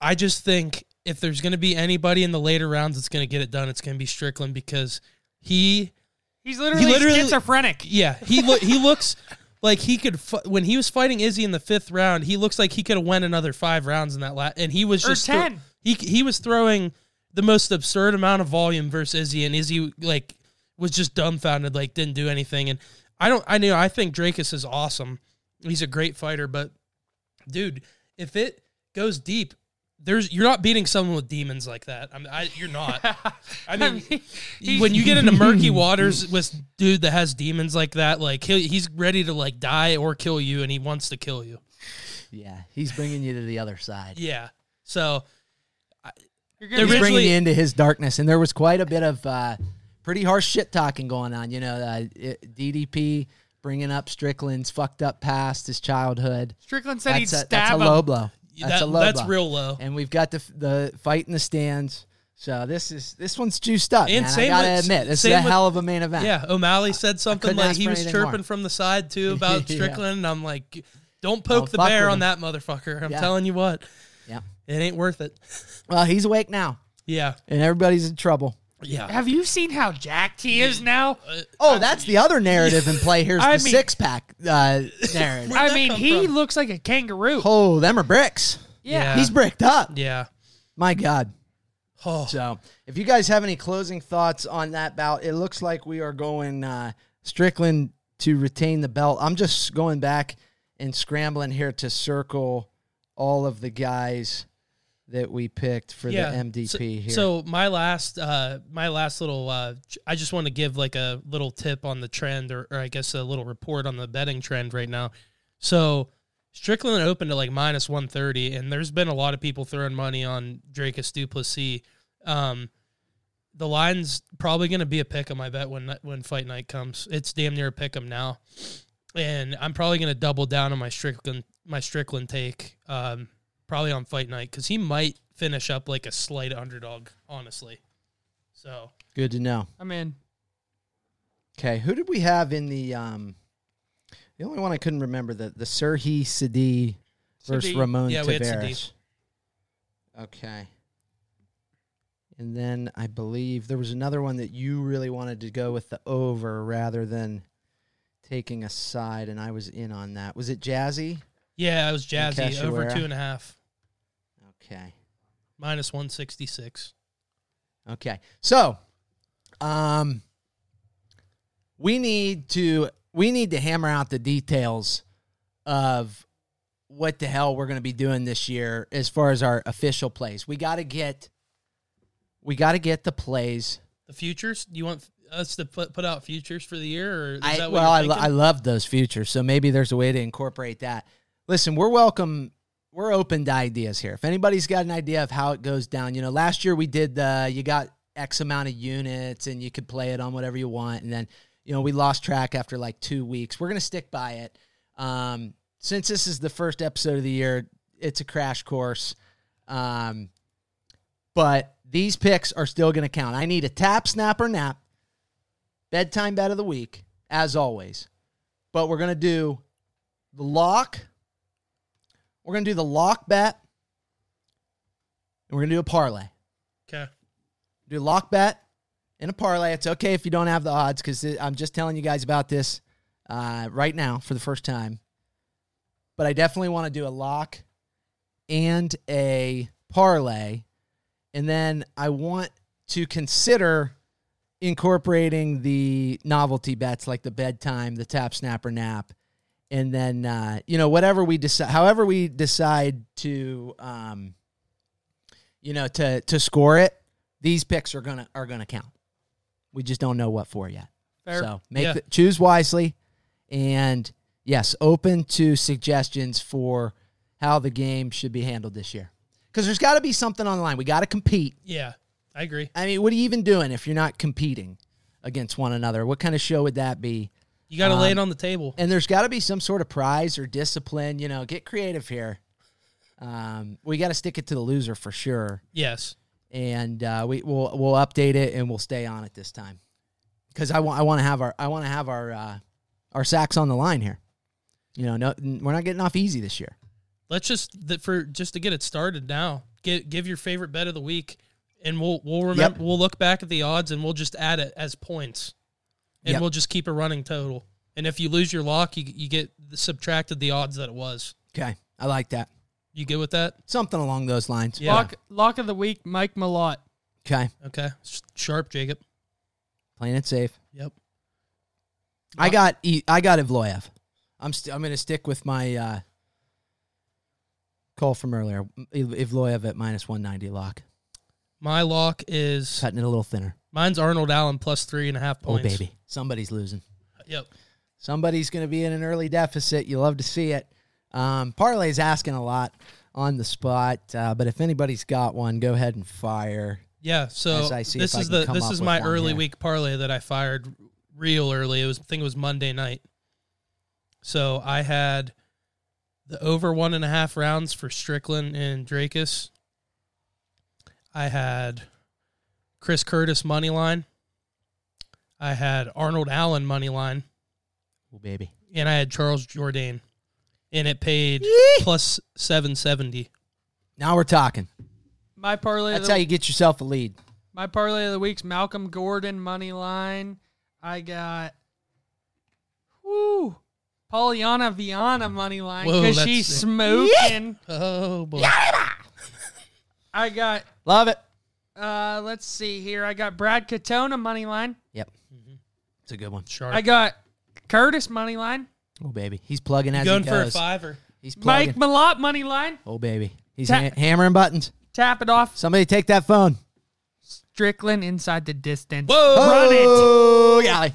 Speaker 2: I just think if there's going to be anybody in the later rounds that's going to get it done, it's going to be Strickland because he,
Speaker 3: He's literally,
Speaker 2: literally-
Speaker 3: schizophrenic.
Speaker 2: yeah, he lo- he looks like he could fi- when he was fighting Izzy in the fifth round, he looks like he could have went another five rounds in that last, and he was
Speaker 3: Or
Speaker 2: just
Speaker 3: 10.
Speaker 2: he he was throwing the most absurd amount of volume versus Izzy, and Izzy like was just dumbfounded, like didn't do anything. And I don't, I knew, I think Drakus is awesome. He's a great fighter, but dude, if it goes deep, there's you're not beating someone with demons like that. I'm, I, you're not. I mean,
Speaker 3: he's-
Speaker 2: when you get into murky waters with dude that has demons like that, like he he's ready to like die or kill you, and he wants to kill you.
Speaker 1: Yeah, he's bringing you to the other side.
Speaker 2: Yeah. So
Speaker 1: He's
Speaker 2: They're rich-
Speaker 3: You're be-
Speaker 1: bringing
Speaker 2: Originally-
Speaker 1: you into his darkness, and there was quite a bit of uh, pretty harsh shit talking going on. You know, uh, it- DDP bringing up Strickland's fucked up past, his childhood.
Speaker 3: Strickland said he'd
Speaker 1: That's a,
Speaker 3: stab
Speaker 1: that's a
Speaker 3: him.
Speaker 1: low blow. That's
Speaker 2: That-
Speaker 1: a low
Speaker 2: that's
Speaker 1: blow.
Speaker 2: real low.
Speaker 1: And we've got the the fight in the stands. So this is this one's juiced up,
Speaker 2: And
Speaker 1: man.
Speaker 2: same
Speaker 1: I gotta
Speaker 2: with-
Speaker 1: admit, this is
Speaker 2: same
Speaker 1: a
Speaker 2: with-
Speaker 1: hell of a main event.
Speaker 2: Yeah, O'Malley said something
Speaker 1: couldn't
Speaker 2: like
Speaker 1: ask
Speaker 2: he
Speaker 1: for
Speaker 2: was
Speaker 1: anything
Speaker 2: chirping
Speaker 1: more.
Speaker 2: from the side too about
Speaker 1: Yeah.
Speaker 2: Strickland, and I'm like, don't poke
Speaker 1: Don't
Speaker 2: the
Speaker 1: fuck
Speaker 2: bear
Speaker 1: with
Speaker 2: on
Speaker 1: him.
Speaker 2: that motherfucker. I'm
Speaker 1: Yeah.
Speaker 2: telling you what,
Speaker 1: Yeah.
Speaker 2: it ain't worth it.
Speaker 1: Well, he's awake now,
Speaker 2: Yeah,
Speaker 1: and everybody's in trouble.
Speaker 2: yeah. Uh,
Speaker 3: Have you seen how jacked he is now?
Speaker 1: Oh, that's the other narrative in play. Here's
Speaker 3: I
Speaker 1: the
Speaker 3: mean-
Speaker 1: six pack uh, narrative.
Speaker 2: Where'd
Speaker 3: I
Speaker 2: that
Speaker 3: mean,
Speaker 2: come
Speaker 3: he
Speaker 2: from?
Speaker 3: looks like a kangaroo.
Speaker 1: oh, them are bricks.
Speaker 2: Yeah.
Speaker 1: He's bricked up.
Speaker 2: yeah.
Speaker 1: My God.
Speaker 2: Oh,
Speaker 1: So, if you guys have any closing thoughts on that bout, it looks like we are going uh, Strickland to retain the belt. I'm just going back and scrambling here to circle all of the guys that we picked for
Speaker 2: yeah.
Speaker 1: the MDP
Speaker 2: so,
Speaker 1: here.
Speaker 2: So my last, uh, my last little, uh, j- I just want to give like a little tip on the trend, or, or I guess a little report on the betting trend right now. So Strickland opened at like minus one thirty, and there's been a lot of people throwing money on Drakus Duplessis. Um, the line's probably going to be a pick'em. I bet when when fight night comes, it's damn near a pick'em now, and I'm probably going to double down on my Strickland my Strickland take. Um, probably on fight night because he might finish up like a slight underdog, honestly. So
Speaker 1: good to know.
Speaker 3: I mean,
Speaker 1: Okay, who did we have in the um the only one I couldn't remember the the Serhi Sadi versus
Speaker 3: Sadi.
Speaker 1: Ramon
Speaker 2: Yeah, we had Sadi.
Speaker 1: Tavares. Okay. And then I believe there was another one that you really wanted to go with the over rather than taking a side, and I was in on that. Was it Jazzy?
Speaker 2: yeah, I was jazzy
Speaker 1: Cash
Speaker 2: over
Speaker 1: Aguera.
Speaker 2: two and a half,
Speaker 1: Okay.
Speaker 2: minus one sixty six.
Speaker 1: Okay. So, um, we need to we need to hammer out the details of what the hell we're going to be doing this year as far as our official plays. We got to get we got to get the plays.
Speaker 2: The futures? You want us to put put out futures for the year, or is
Speaker 1: I,
Speaker 2: that what
Speaker 1: well, I,
Speaker 2: you're
Speaker 1: lo- I
Speaker 2: thinking?
Speaker 1: love those futures, so maybe there's a way to incorporate that. Listen, we're welcome. We're open to ideas here. If anybody's got an idea of how it goes down, you know, last year we did the you got X amount of units and you could play it on whatever you want, and then you know we lost track after like two weeks. We're gonna stick by it. Um, since this is the first episode of the year, it's a crash course. Um, but these picks are still going to count. I need a tap, snap, or nap, bedtime bet of the week, as always. But we're going to do the lock. We're going to do the lock bet. And we're going to do a parlay.
Speaker 2: okay.
Speaker 1: Do a lock bet and a parlay. It's okay if you don't have the odds because I'm just telling you guys about this uh, right now for the first time. But I definitely want to do a lock and a parlay. And then I want to consider incorporating the novelty bets like the bedtime, the tap snapper nap, and then uh, you know whatever we decide, however we decide to, um, you know, to to score it. These picks are gonna are gonna count. We just don't know what for yet.
Speaker 3: fair.
Speaker 1: So make
Speaker 2: Yeah.
Speaker 1: the, choose wisely, and yes, open to suggestions for how the game should be handled this year. Because there's got to be something on the line. We got to compete.
Speaker 2: Yeah, I agree.
Speaker 1: I mean, what are you even doing if you're not competing against one another? What kind of show would that be?
Speaker 2: You
Speaker 1: Um,
Speaker 2: got to lay it on the table.
Speaker 1: And there's got to be some sort of prize or discipline. You know, get creative here. Um, we got to stick it to the loser for sure,
Speaker 2: Yes.
Speaker 1: and uh, we will we'll update it and we'll stay on it this time because I want I want to have our I want to have our uh, our sacks on the line here. You know, no, n- we're not getting off easy this year.
Speaker 2: Let's just that for just to get it started now. Give give your favorite bet of the week, and we'll we'll
Speaker 1: Yep.
Speaker 2: remember we'll look back at the odds and we'll just add it as points, and
Speaker 1: Yep.
Speaker 2: we'll just keep a running total. And if you lose your lock, you you get subtracted the odds that it was.
Speaker 1: Okay, I like that.
Speaker 2: You good with that?
Speaker 1: Something along those lines.
Speaker 2: Yeah.
Speaker 3: Lock, lock of the week, Mike Malott.
Speaker 1: Okay,
Speaker 2: Okay. S- Sharp, Jacob.
Speaker 1: playing it safe.
Speaker 2: Yep.
Speaker 1: I got E- I got Ivloyev. I'm st- I'm going to stick with my uh, call from earlier. Iv- Ivloyev at minus one ninety lock,
Speaker 2: My lock is
Speaker 1: cutting it a little thinner.
Speaker 2: mine's Arnold Allen plus three and a half
Speaker 1: Oh
Speaker 2: points.
Speaker 1: baby, somebody's losing.
Speaker 2: Yep.
Speaker 1: Somebody's going to be in an early deficit. You love to see it. Um, Parlay's asking a lot. on the spot. Uh, but if anybody's got one, go ahead and fire.
Speaker 2: Yeah, so
Speaker 1: As I see
Speaker 2: this
Speaker 1: if I
Speaker 2: is
Speaker 1: can
Speaker 2: the
Speaker 1: come
Speaker 2: this
Speaker 1: up
Speaker 2: is
Speaker 1: with
Speaker 2: my
Speaker 1: one
Speaker 2: early
Speaker 1: here.
Speaker 2: week parlay that I fired real early. It was I think it was Monday night. So I had the over one and a half rounds for Strickland and Drakus. I had Chris Curtis money line. I had Arnold Allen money line,
Speaker 1: Oh, baby.
Speaker 2: and I had Charles Jourdain, and it paid plus seven seventy.
Speaker 1: Now we're talking.
Speaker 3: My parlay. Of
Speaker 1: That's
Speaker 3: the,
Speaker 1: how you get yourself a lead.
Speaker 3: my parlay of the week's Malcolm Gordon money line. I got. Whoo. Pollyanna Viana money line
Speaker 2: Whoa,
Speaker 3: because
Speaker 2: that's
Speaker 3: she's
Speaker 2: sick.
Speaker 3: smoking.
Speaker 2: Oh boy!
Speaker 3: I got.
Speaker 1: Love it.
Speaker 3: Uh, let's see here. I got Brad Katona money line.
Speaker 1: Yep. It's a good one.
Speaker 2: Sharp.
Speaker 3: I got Curtis money line.
Speaker 1: Oh, baby. He's plugging as
Speaker 2: going
Speaker 1: he
Speaker 2: for a
Speaker 1: goes.
Speaker 2: fiver.
Speaker 1: He's plugging.
Speaker 3: Mike Malott money line.
Speaker 1: Oh, baby. He's
Speaker 3: Ta-
Speaker 1: ha- hammering buttons.
Speaker 3: Tap it off.
Speaker 1: Somebody take that phone.
Speaker 3: Strickland inside the distance.
Speaker 2: Whoa!
Speaker 3: Run it.
Speaker 1: Oh, golly.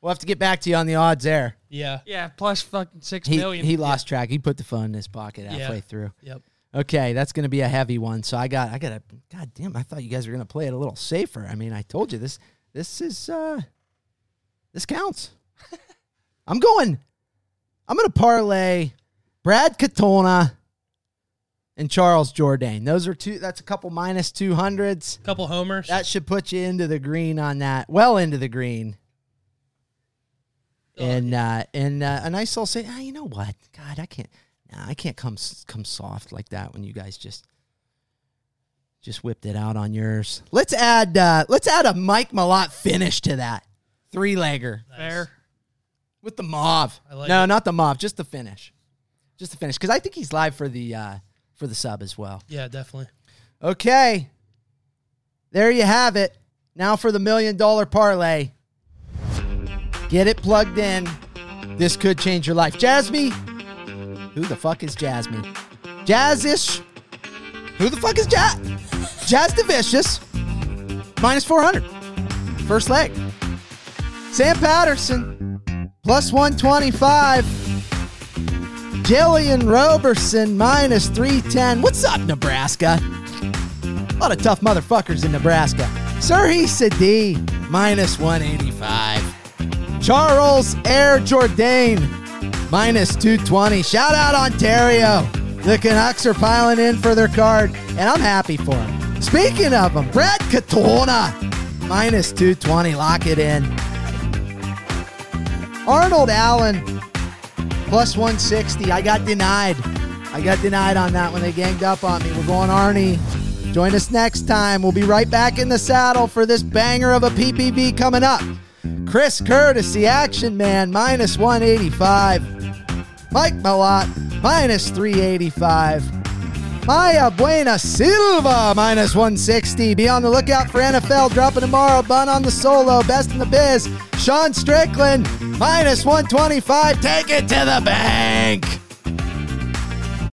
Speaker 1: We'll have to get back to you on the odds there.
Speaker 2: Yeah.
Speaker 3: Yeah, plus fucking six
Speaker 1: He,
Speaker 3: million.
Speaker 1: he lost track. He put the phone in his pocket halfway through.
Speaker 2: Yep.
Speaker 1: Okay, that's going to be a heavy one. So I got, I got a. God damn! I thought you guys were going to play it a little safer. I mean, I told you this. This is, uh this counts. I'm going. I'm going to parlay Brad Katona and Charles Jourdain. Those are two. That's a couple minus two hundreds.
Speaker 2: Couple homers.
Speaker 1: That should put you into the green on that. Well into the green.
Speaker 2: Oh,
Speaker 1: And uh, and uh, a nice little say, ah, you know what? God, I can't. Nah, I can't come s- come soft like that when you guys just just whipped it out on yours. Let's add uh, let's add a Mike Malott finish to that three legger
Speaker 3: Fair.
Speaker 1: with the mauve.
Speaker 2: I like
Speaker 1: no,
Speaker 2: it.
Speaker 1: not the mauve, just the finish, just the finish. Because I think he's live for the uh, for the sub as well.
Speaker 2: Yeah, definitely.
Speaker 1: Okay. There you have it. Now for the million dollar parlay. Get it plugged in. This could change your life. Jasmine? Who the fuck is Jasmine? Jazzish? Who the fuck is Jazz? Jazz Devicious? Minus 400. First leg. Sam Patterson? Plus 125. Jillian Roberson? Minus 310. What's up, Nebraska? A lot of tough motherfuckers in Nebraska. Serhi Sadi, minus 185. Charles Air Jourdain, minus 220. Shout out Ontario. The Canucks are piling in for their card, and I'm happy for them. Speaking of them, Brad Katona, minus 220. Lock it in. Arnold Allen, plus 160. I got denied. I got denied on that when they ganged up on me. We're going Arnie. Join us next time. We'll be right back in the saddle for this banger of a PPV coming up. Chris Curtis, the action man, minus 185. Mike Malott, minus 385. Maya Buena Silva, minus 160. Be on the lookout for NFL dropping tomorrow. Bun on the solo, best in the biz. Sean Strickland, minus 125. Take it to the bank.